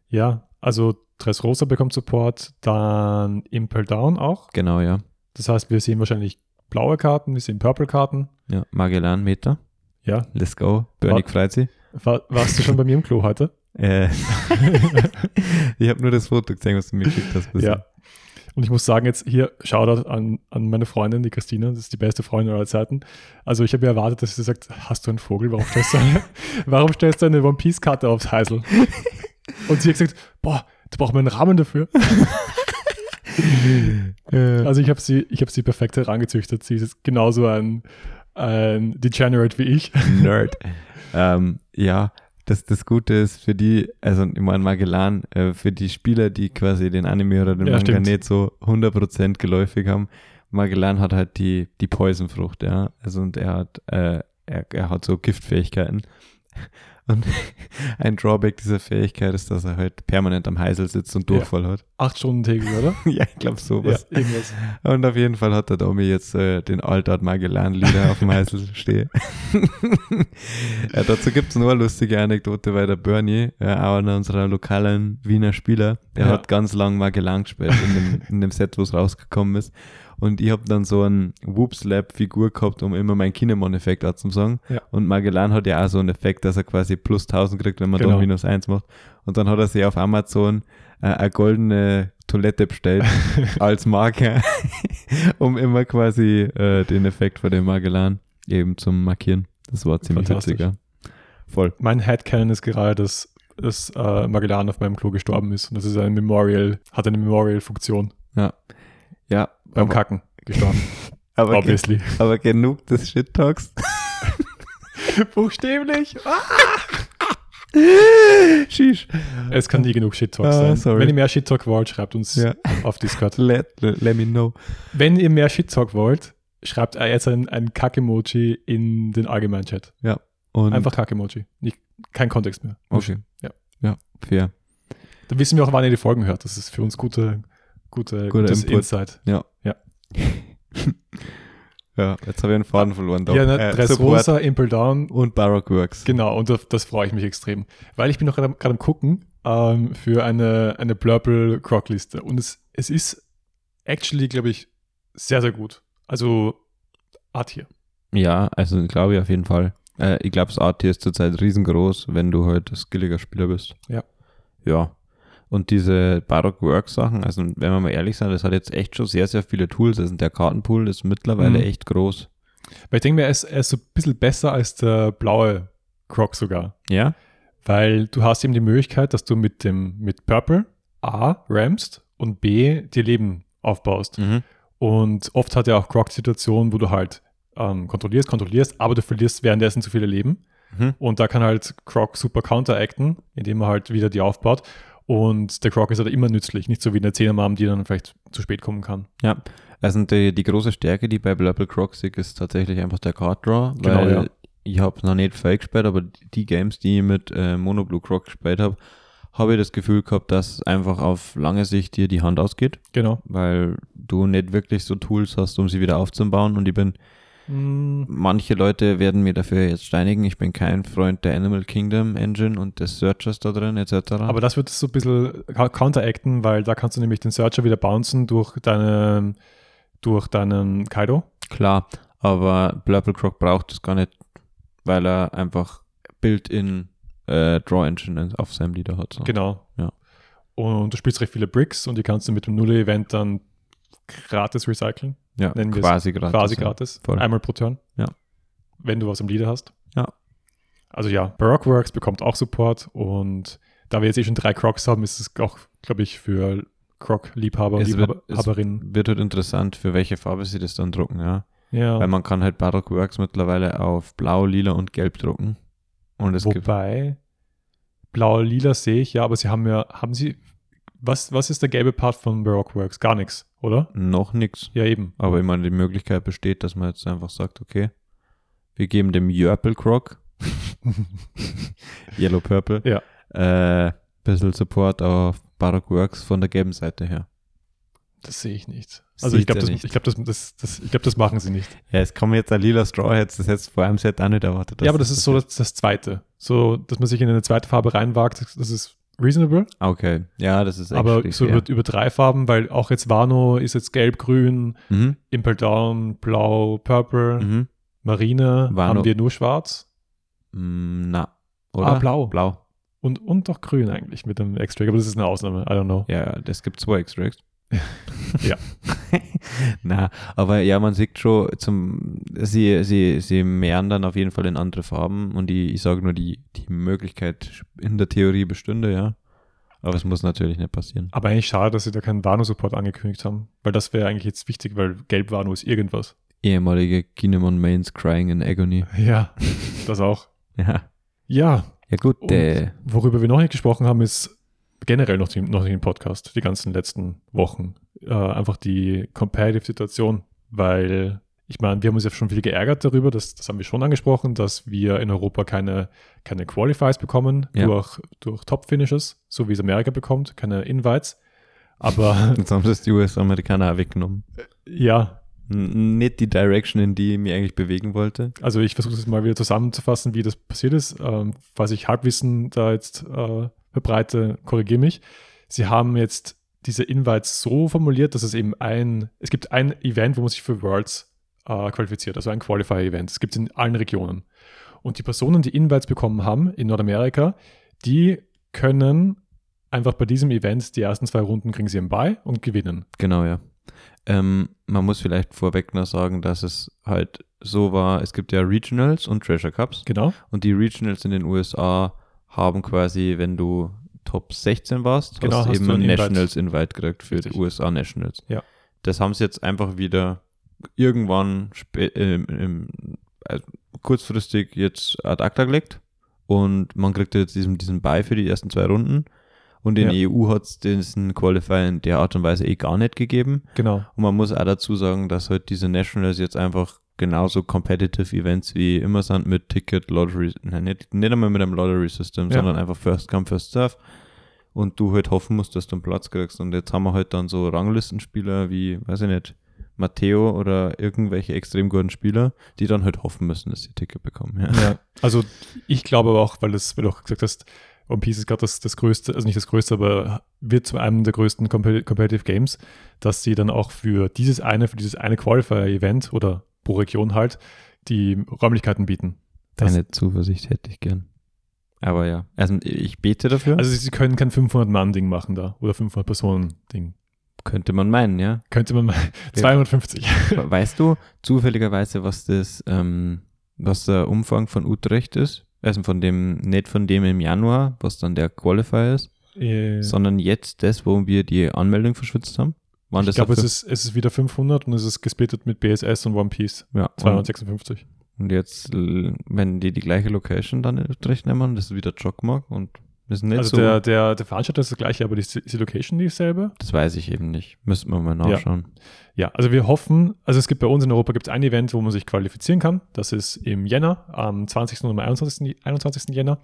Speaker 2: Ja, also Dressrosa bekommt Support, dann Impel Down auch.
Speaker 1: Genau, ja.
Speaker 2: Das heißt, wir sehen wahrscheinlich blaue Karten, wir sehen Purple Karten.
Speaker 1: Ja, Magellan-Meter.
Speaker 2: Ja,
Speaker 1: Let's go. Bernick freut sich.
Speaker 2: war, warst du schon bei mir im Klo heute?
Speaker 1: Äh, ich habe nur das Foto gesehen, was du mir geschickt hast. bisher.
Speaker 2: Ja. Und ich muss sagen, jetzt hier Shoutout an, an meine Freundin, die Christina, das ist die beste Freundin aller Zeiten. Also ich habe ja erwartet, dass sie sagt, hast du einen Vogel, warum stellst du eine, warum stellst du eine One Piece Karte aufs Heisel? Und sie hat gesagt, boah, da braucht man einen Rahmen dafür. Also ich habe sie, ich habe sie perfekt herangezüchtet. Sie ist jetzt genauso ein, ein Degenerate wie ich.
Speaker 1: Nerd. ähm, ja, das, das Gute ist für die, also ich meine Magellan, äh, für die Spieler, die quasi den Anime oder den
Speaker 2: Ja,
Speaker 1: Manga
Speaker 2: stimmt.
Speaker 1: nicht so 100% geläufig haben, Magellan hat halt die, die Poisonfrucht, ja. Also und er hat, äh, er, er hat so Giftfähigkeiten. Und ein Drawback dieser Fähigkeit ist, dass er halt permanent am Heisel sitzt und
Speaker 2: Ja.
Speaker 1: Durchfall hat.
Speaker 2: Acht Stunden täglich, oder?
Speaker 1: ja, ich glaube sowas.
Speaker 2: Ja, irgendwas.
Speaker 1: Und auf jeden Fall hat der Domi jetzt äh, den Altart Magellan-Lieder auf dem Heißel stehen. ja, dazu gibt es noch eine lustige Anekdote, weil der Bernie, äh, auch einer unserer lokalen Wiener Spieler, der
Speaker 2: Ja.
Speaker 1: hat ganz lang Magellan gespielt in dem, in dem Set, wo es rausgekommen ist. Und ich habe dann so einen Whoop-Slap-Figur gehabt, um immer meinen Kinemon-Effekt auch zu sagen.
Speaker 2: Ja.
Speaker 1: Und Magellan hat ja auch so einen Effekt, dass er quasi plus 1000 kriegt, wenn man
Speaker 2: Genau.
Speaker 1: da minus 1 macht. Und dann hat er sich auf Amazon äh, eine goldene Toilette bestellt als Marker, um immer quasi äh, den Effekt von dem Magellan eben zum Markieren. Das war ziemlich
Speaker 2: Fantastisch.
Speaker 1: witzig. Ja. Voll.
Speaker 2: Mein Headcanon ist gerade, dass, dass äh, Magellan auf meinem Klo gestorben ist. Und das ist ein Memorial, hat eine Memorial-Funktion.
Speaker 1: Ja.
Speaker 2: Beim
Speaker 1: aber,
Speaker 2: Kacken gestorben,
Speaker 1: aber, ge
Speaker 2: obviously.
Speaker 1: aber genug des Shit-Talks.
Speaker 2: Buchstäblich.
Speaker 1: Sheesh.
Speaker 2: Es kann nie genug Shit-Talk
Speaker 1: Ah,
Speaker 2: sein.
Speaker 1: sorry.
Speaker 2: Wenn ihr mehr Shit-Talk wollt, schreibt uns
Speaker 1: Ja.
Speaker 2: auf Discord.
Speaker 1: Let, let, let me know.
Speaker 2: Wenn ihr mehr Shit-Talk wollt, schreibt jetzt ein, ein Kack-Emoji in den allgemeinen Chat.
Speaker 1: Und
Speaker 2: Einfach Kack-Emoji. Nicht- Kein Kontext mehr.
Speaker 1: Okay.
Speaker 2: Ja.
Speaker 1: Ja, fair.
Speaker 2: Dann wissen wir auch, wann ihr die Folgen hört. Das ist für uns gute,
Speaker 1: Guter
Speaker 2: gute, gutes
Speaker 1: Input.
Speaker 2: Insight.
Speaker 1: Ja, jetzt habe ich einen Faden verloren. doch.
Speaker 2: Ja, ne,
Speaker 1: Äh,
Speaker 2: Dress
Speaker 1: Support
Speaker 2: Rosa, Impel Down.
Speaker 1: Und Baroque Works.
Speaker 2: Genau, und das, das freue ich mich extrem. Weil ich bin noch gerade am- gerade am Gucken ähm, für eine, eine Purple Croc-Liste. Und es, es ist actually, glaube ich, sehr, sehr gut. Also Art hier.
Speaker 1: Ja, also glaube ich auf jeden Fall. Äh, ich glaube, das AT ist zurzeit riesengroß, wenn du halt skilliger Spieler bist.
Speaker 2: Ja.
Speaker 1: Ja. Und diese Baroque Works Sachen, also wenn wir mal ehrlich sind, das hat jetzt echt schon sehr, sehr viele Tools. Also der Kartenpool ist mittlerweile
Speaker 2: Mhm.
Speaker 1: echt groß.
Speaker 2: Weil ich denke mir, er ist, er ist so ein bisschen besser als der blaue Croc sogar.
Speaker 1: Ja?
Speaker 2: Weil du hast eben die Möglichkeit, dass du mit dem mit Purple A rampst und B dir Leben aufbaust.
Speaker 1: Mhm.
Speaker 2: Und oft hat er auch Croc-Situationen, wo du halt ähm, kontrollierst, kontrollierst, aber du verlierst währenddessen zu viele Leben.
Speaker 1: Mhm.
Speaker 2: Und da kann halt Croc super counteracten, indem er halt wieder die aufbaut. Und der Croc ist halt immer nützlich, nicht so wie eine 10 Mom, die dann vielleicht zu spät kommen kann.
Speaker 1: Ja, also die, die große Stärke, die bei Blurple Croxic ist tatsächlich einfach der Card Draw,
Speaker 2: Genau,
Speaker 1: weil
Speaker 2: ja.
Speaker 1: ich habe noch nicht Fake gespielt, aber die Games, die ich mit äh, Mono Blue Croc gespielt habe, habe ich das Gefühl gehabt, dass einfach auf lange Sicht dir die Hand ausgeht,
Speaker 2: Genau.
Speaker 1: weil du nicht wirklich so Tools hast, um sie wieder aufzubauen und ich bin,
Speaker 2: Mm,
Speaker 1: manche Leute werden mir dafür jetzt steinigen, ich bin kein Freund der Animal Kingdom Engine und des Searchers da drin etc.
Speaker 2: Aber das wird so ein bisschen ka- counteracten, weil da kannst du nämlich den Searcher wieder bouncen durch deinen, durch deinen Kaido.
Speaker 1: Klar, aber Blurple Croc braucht es gar nicht, weil er einfach Built-in äh, Draw Engine auf seinem Leader hat. So.
Speaker 2: Genau.
Speaker 1: Ah, Ja.
Speaker 2: Und du spielst recht viele Bricks und die kannst du mit dem Null-Event dann gratis recyceln.
Speaker 1: Ja,
Speaker 2: Nennen wir es.
Speaker 1: quasi gratis.
Speaker 2: quasi
Speaker 1: ja.
Speaker 2: gratis.
Speaker 1: Voll.
Speaker 2: Einmal pro Turn.
Speaker 1: Ja.
Speaker 2: Wenn du was im Leader hast.
Speaker 1: Ja.
Speaker 2: Also ja, Barockworks bekommt auch Support und da wir jetzt eh schon drei Crocs haben, ist es auch, glaube ich, für Croc-Liebhaber und
Speaker 1: Es wird- es-
Speaker 2: Liebhaberinnen.
Speaker 1: Wird halt interessant, für welche Farbe sie das dann drucken, ja.
Speaker 2: Ja.
Speaker 1: Weil man kann halt Baroque Works mittlerweile auf Blau, Lila und Gelb drucken. Und es gibt
Speaker 2: Wobei, blau-lila sehe ich, ja, aber sie haben ja, haben sie, was, was ist der gelbe Part von Barockworks? Gar nichts, oder?
Speaker 1: noch nichts.
Speaker 2: Ja, eben.
Speaker 1: Aber immer die Möglichkeit besteht, dass man jetzt einfach sagt, okay, wir geben dem Jörpel Croc, Yellow Purple,
Speaker 2: Ja.
Speaker 1: äh, bisschen Support auf Baroque Works von der gelben Seite her.
Speaker 2: Das sehe ich nicht. Also
Speaker 1: Sieht
Speaker 2: ich glaube,
Speaker 1: er
Speaker 2: das,
Speaker 1: nicht.
Speaker 2: ich glaub, das, das, das, ich glaub, das machen sie nicht.
Speaker 1: Ja, es kommen jetzt ein lila Straw Hats, das hättest du vor einem Set auch nicht erwartet. dass
Speaker 2: ja, aber das ist so das, das Zweite. So, dass man sich in eine zweite Farbe reinwagt, das, das ist reasonable.
Speaker 1: Okay, ja, das ist
Speaker 2: aber
Speaker 1: actually
Speaker 2: so
Speaker 1: fair.
Speaker 2: über, über drei Farben, weil auch jetzt Wano ist jetzt gelb-grün,
Speaker 1: Mhm,
Speaker 2: Impel Down, blau, purple,
Speaker 1: mhm.
Speaker 2: Marine
Speaker 1: Wano-
Speaker 2: haben wir nur schwarz
Speaker 1: Mm, Na, oder?
Speaker 2: Ah, blau.
Speaker 1: Blau.
Speaker 2: und, und doch grün eigentlich mit dem Extra. Aber das ist eine Ausnahme, I don't know.
Speaker 1: Ja, ja, das gibt zwei Extracts.
Speaker 2: Ja.
Speaker 1: Na, aber ja, man sieht schon, zum, sie, sie, sie mehren dann auf jeden Fall in andere Farben und ich, ich sage nur, die, die Möglichkeit in der Theorie bestünde, ja. Aber es muss natürlich nicht passieren.
Speaker 2: Aber eigentlich schade, dass sie da keinen Wano-Support angekündigt haben, weil das wäre eigentlich jetzt wichtig, weil gelb Wano ist irgendwas.
Speaker 1: Ehemalige Kinemon Mains crying in agony.
Speaker 2: Ja, das auch.
Speaker 1: Ja.
Speaker 2: Ja,
Speaker 1: Ja, gut,
Speaker 2: Und-
Speaker 1: äh,
Speaker 2: Worüber wir noch nicht gesprochen haben, ist generell noch, die, noch den Podcast, die ganzen letzten Wochen. Äh, einfach die Competitive-Situation, weil ich meine, wir haben uns ja schon viel geärgert darüber, das, das haben wir schon angesprochen, dass wir in Europa keine, keine Qualifiers bekommen
Speaker 1: Ja.
Speaker 2: durch, durch Top-Finishes, so wie es Amerika bekommt, keine Invites. Aber
Speaker 1: jetzt haben sie es die US-Amerikaner auch weggenommen.
Speaker 2: ja,
Speaker 1: N- Nicht die Direction, in die ich mich eigentlich bewegen wollte.
Speaker 2: also ich versuche es mal wieder zusammenzufassen, wie das passiert ist. Ähm, falls ich Halbwissen da jetzt äh, verbreite, korrigiere mich. Sie haben jetzt diese Invites so formuliert, dass es eben ein, es gibt ein Event, wo man sich für Worlds äh, qualifiziert, also ein Qualifier-Event. Es gibt in allen Regionen. Und die Personen, die Invites bekommen haben in Nordamerika, die können einfach bei diesem Event die ersten zwei Runden kriegen sie im Buy und gewinnen.
Speaker 1: Genau, ja. Ähm, man muss vielleicht vorweg noch sagen, dass es halt so war, es gibt ja Regionals und Treasure Cups.
Speaker 2: Genau.
Speaker 1: Und die Regionals in den USA haben quasi, wenn du Top 16 warst,
Speaker 2: Genau,
Speaker 1: hast du
Speaker 2: hast
Speaker 1: eben
Speaker 2: du einen
Speaker 1: einen
Speaker 2: Invite.
Speaker 1: Nationals Invite gekriegt für
Speaker 2: Richtig.
Speaker 1: die USA Nationals.
Speaker 2: Ja.
Speaker 1: Das haben sie jetzt einfach wieder irgendwann spä- ähm, ähm, also kurzfristig jetzt ad acta gelegt und man kriegt jetzt diesen, diesen Buy für die ersten zwei Runden. Und in
Speaker 2: Ja.
Speaker 1: der EU hat es diesen Qualifier in der Art und Weise eh gar nicht gegeben.
Speaker 2: Genau.
Speaker 1: Und man muss auch dazu sagen, dass halt diese Nationals jetzt einfach genauso competitive Events wie immer sind mit Ticket, Lottery, nein, nicht, nicht einmal mit einem Lottery System,
Speaker 2: Ja.
Speaker 1: sondern einfach First Come, First Serve. Und du halt hoffen musst, dass du einen Platz kriegst. Und jetzt haben wir halt dann so Ranglistenspieler wie, weiß ich nicht, Matteo oder irgendwelche extrem guten Spieler, die dann halt hoffen müssen, dass sie Ticket bekommen. Ja.
Speaker 2: Ja, also ich glaube aber auch, weil, das, weil du auch gesagt hast, One Piece ist gerade das, das größte, also nicht das größte, aber wird zu einem der größten Compe- Competitive Games, dass sie dann auch für dieses eine, für dieses eine Qualifier-Event oder pro Region halt die Räumlichkeiten bieten. Das-
Speaker 1: Deine Zuversicht hätte ich gern. Aber ja, also ich bete dafür.
Speaker 2: Also sie- sie können kein 500-Mann-Ding machen da oder 500-Personen-Ding.
Speaker 1: könnte man meinen, ja.
Speaker 2: Könnte man mal 250.
Speaker 1: Weißt du zufälligerweise, was das, ähm, was der Umfang von Utrecht ist? Also von dem, nicht von dem im Januar, was dann der Qualifier ist,
Speaker 2: Äh,
Speaker 1: sondern jetzt das, wo wir die Anmeldung verschwitzt haben? Waren
Speaker 2: ich
Speaker 1: das
Speaker 2: glaube, es
Speaker 1: dafür-
Speaker 2: ist, es ist wieder 500 und es ist gesplittet mit BSS und One Piece.
Speaker 1: ja, und,
Speaker 2: 256.
Speaker 1: und jetzt, l- wenn die die gleiche Location dann in Utrecht nehmen, das ist wieder Jogmark und das ist nicht
Speaker 2: Also
Speaker 1: so.
Speaker 2: der, der, der Veranstalter ist das gleiche, aber die, ist die Location dieselbe.
Speaker 1: das weiß ich eben nicht. Müssen wir mal
Speaker 2: Ja.
Speaker 1: nachschauen.
Speaker 2: Ja, also wir hoffen, also es gibt bei uns in Europa gibt's ein Event, wo man sich qualifizieren kann. Das ist im Jänner, am 20. und am 21. 21. Jänner.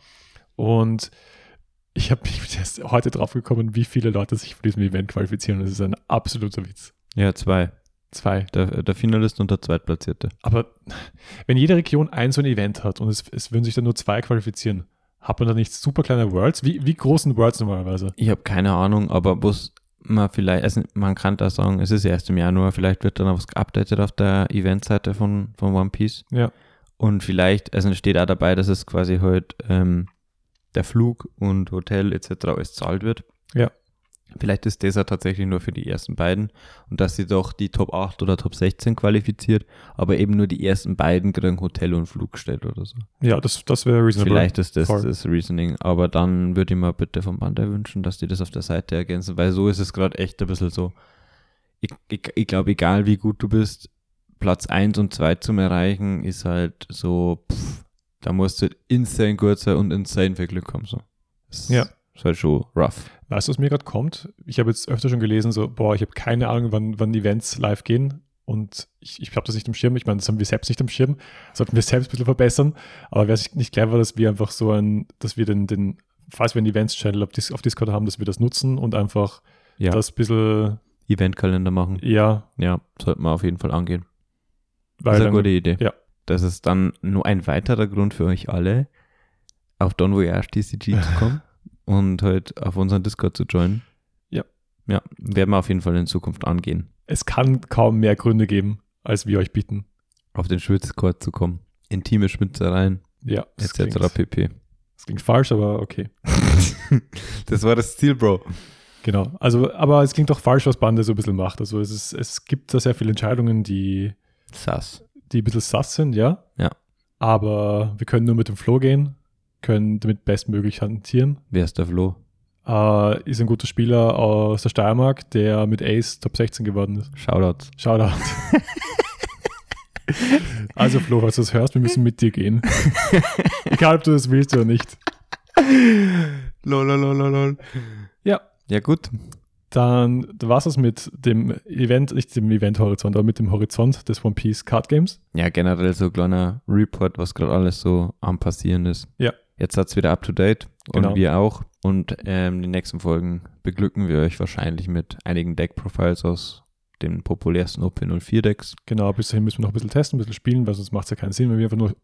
Speaker 2: Und ich habe mich erst heute drauf gekommen, wie viele Leute sich für diesem Event qualifizieren. Das ist ein absoluter Witz.
Speaker 1: Ja, zwei.
Speaker 2: Zwei.
Speaker 1: Der, der Finalist und der Zweitplatzierte.
Speaker 2: Aber wenn jede Region ein so ein Event hat und es, es würden sich dann nur zwei qualifizieren, hat man da nicht super kleine Worlds? Wie, wie groß sind Worlds normalerweise?
Speaker 1: Ich habe keine Ahnung, aber was man vielleicht, also man kann da sagen, es ist erst im Januar, vielleicht wird dann noch was geupdatet auf der Eventseite von, von One Piece.
Speaker 2: Ja.
Speaker 1: Und vielleicht, also es steht auch dabei, dass es quasi halt ähm, der Flug und Hotel etc. alles zahlt wird.
Speaker 2: Ja.
Speaker 1: Vielleicht ist das ja tatsächlich nur für die ersten beiden und dass sie doch die Top 8 oder Top 16 qualifiziert, aber eben nur die ersten beiden kriegen Hotel und Flug gestellt oder so.
Speaker 2: Ja, das, das wäre reasonable.
Speaker 1: Vielleicht ist das
Speaker 2: Voll.
Speaker 1: das Reasoning, aber dann würde ich mir bitte vom Bandai wünschen, dass die das auf der Seite ergänzen, weil so ist es gerade echt ein bisschen so. Ich, ich, ich glaube, egal wie gut du bist, Platz 1 und 2 zum Erreichen ist halt so, pff, da musst du insane gut sein und insane viel Glück haben. So. Das
Speaker 2: Ja.
Speaker 1: Ist halt schon rough.
Speaker 2: Weißt du, was mir gerade kommt? Ich habe jetzt öfter schon gelesen, so, boah, ich habe keine Ahnung, wann, wann Events live gehen. Und ich, ich habe das nicht im Schirm. Ich meine, das haben wir selbst nicht im Schirm. Sollten wir selbst ein bisschen verbessern. Aber wäre es nicht clever, dass wir einfach so ein, dass wir den, den falls wir einen Events-Channel auf, Dis auf Discord haben, dass wir das nutzen und einfach
Speaker 1: Ja.
Speaker 2: das ein bisschen,
Speaker 1: Eventkalender machen,
Speaker 2: ja,
Speaker 1: ja, sollte man auf jeden Fall angehen.
Speaker 2: weil
Speaker 1: ist eine
Speaker 2: dann-
Speaker 1: gute Idee.
Speaker 2: ja.
Speaker 1: Das ist dann nur ein weiterer Grund für euch alle, auf Don Voyage DCG zu kommen und halt auf unseren Discord zu joinen.
Speaker 2: Ja.
Speaker 1: Ja, werden wir auf jeden Fall in Zukunft angehen,
Speaker 2: es kann kaum mehr Gründe geben, als wir euch bieten.
Speaker 1: auf den Schwitzcord zu kommen. Intime Schwitzereien,
Speaker 2: Ja, das
Speaker 1: etc.
Speaker 2: Klingt,
Speaker 1: pp.
Speaker 2: das klingt falsch, aber okay.
Speaker 1: das war das Ziel, Bro.
Speaker 2: Genau. Also, aber es klingt doch falsch, was Bande so ein bisschen macht. Also es, ist, es gibt da sehr viele Entscheidungen, die,
Speaker 1: Sass.
Speaker 2: die ein bisschen sass sind, ja.
Speaker 1: Ja.
Speaker 2: Aber wir können nur mit dem Flow gehen, können damit bestmöglich hantieren.
Speaker 1: Wer ist der Flo?
Speaker 2: Äh, ist ein guter Spieler aus der Steiermark, der mit Ace Top 16 geworden ist.
Speaker 1: Shoutouts.
Speaker 2: Shoutout. also Flo, falls du das hörst, wir müssen mit dir gehen. Egal, ob du das willst oder nicht.
Speaker 1: Lololololol.
Speaker 2: Ja,
Speaker 1: Ja, gut.
Speaker 2: dann war es das mit dem Event, nicht dem Event-Horizont, aber mit dem Horizont des One Piece Card Games.
Speaker 1: Ja, generell so ein kleiner Report, was gerade alles so am passieren ist.
Speaker 2: Ja.
Speaker 1: Jetzt hat's wieder up to date
Speaker 2: Genau.
Speaker 1: und wir auch. Und ähm, die nächsten Folgen beglücken wir euch wahrscheinlich mit einigen Deck-Profiles aus den populärsten OP04-Decks.
Speaker 2: Genau, bis dahin müssen wir noch ein bisschen testen, ein bisschen spielen, weil sonst macht es ja keinen Sinn, wenn wir einfach nur.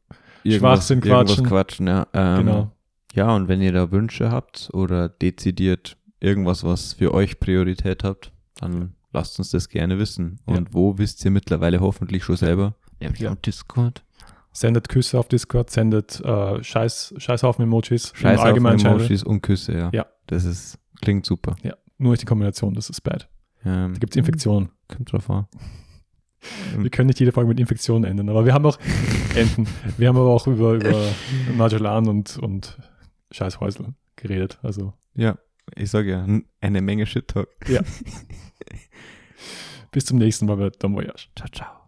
Speaker 2: Schwachsinn
Speaker 1: Irgendwas
Speaker 2: quatschen.
Speaker 1: quatschen, ja. Ähm,
Speaker 2: genau.
Speaker 1: Ja, und wenn ihr da Wünsche habt oder dezidiert irgendwas, was für euch Priorität habt, dann lasst uns das gerne wissen.
Speaker 2: Ja.
Speaker 1: Und wo wisst ihr mittlerweile hoffentlich schon selber? Nämlich
Speaker 2: Ja.
Speaker 1: am Discord.
Speaker 2: Sendet Küsse auf Discord, sendet äh, Scheiß, Scheißhaufen-Emojis. im
Speaker 1: Scheiß auf
Speaker 2: allgemeinen Channel.
Speaker 1: Emojis und Küsse, ja.
Speaker 2: Ja.
Speaker 1: Das ist, klingt super.
Speaker 2: Ja, nur nicht die Kombination, das ist bad.
Speaker 1: Ähm,
Speaker 2: Da gibt es Infektionen.
Speaker 1: kommt drauf an.
Speaker 2: Wir können nicht jede Folge mit Infektionen enden, aber wir haben auch Enten. Wir haben aber auch über, über Magellan und, und Scheißhäusl geredet. Also
Speaker 1: Ja, ich sage ja, n- eine Menge Shit-Talk.
Speaker 2: bis zum nächsten Mal bei Dom Voyage.
Speaker 1: Ciao, ciao.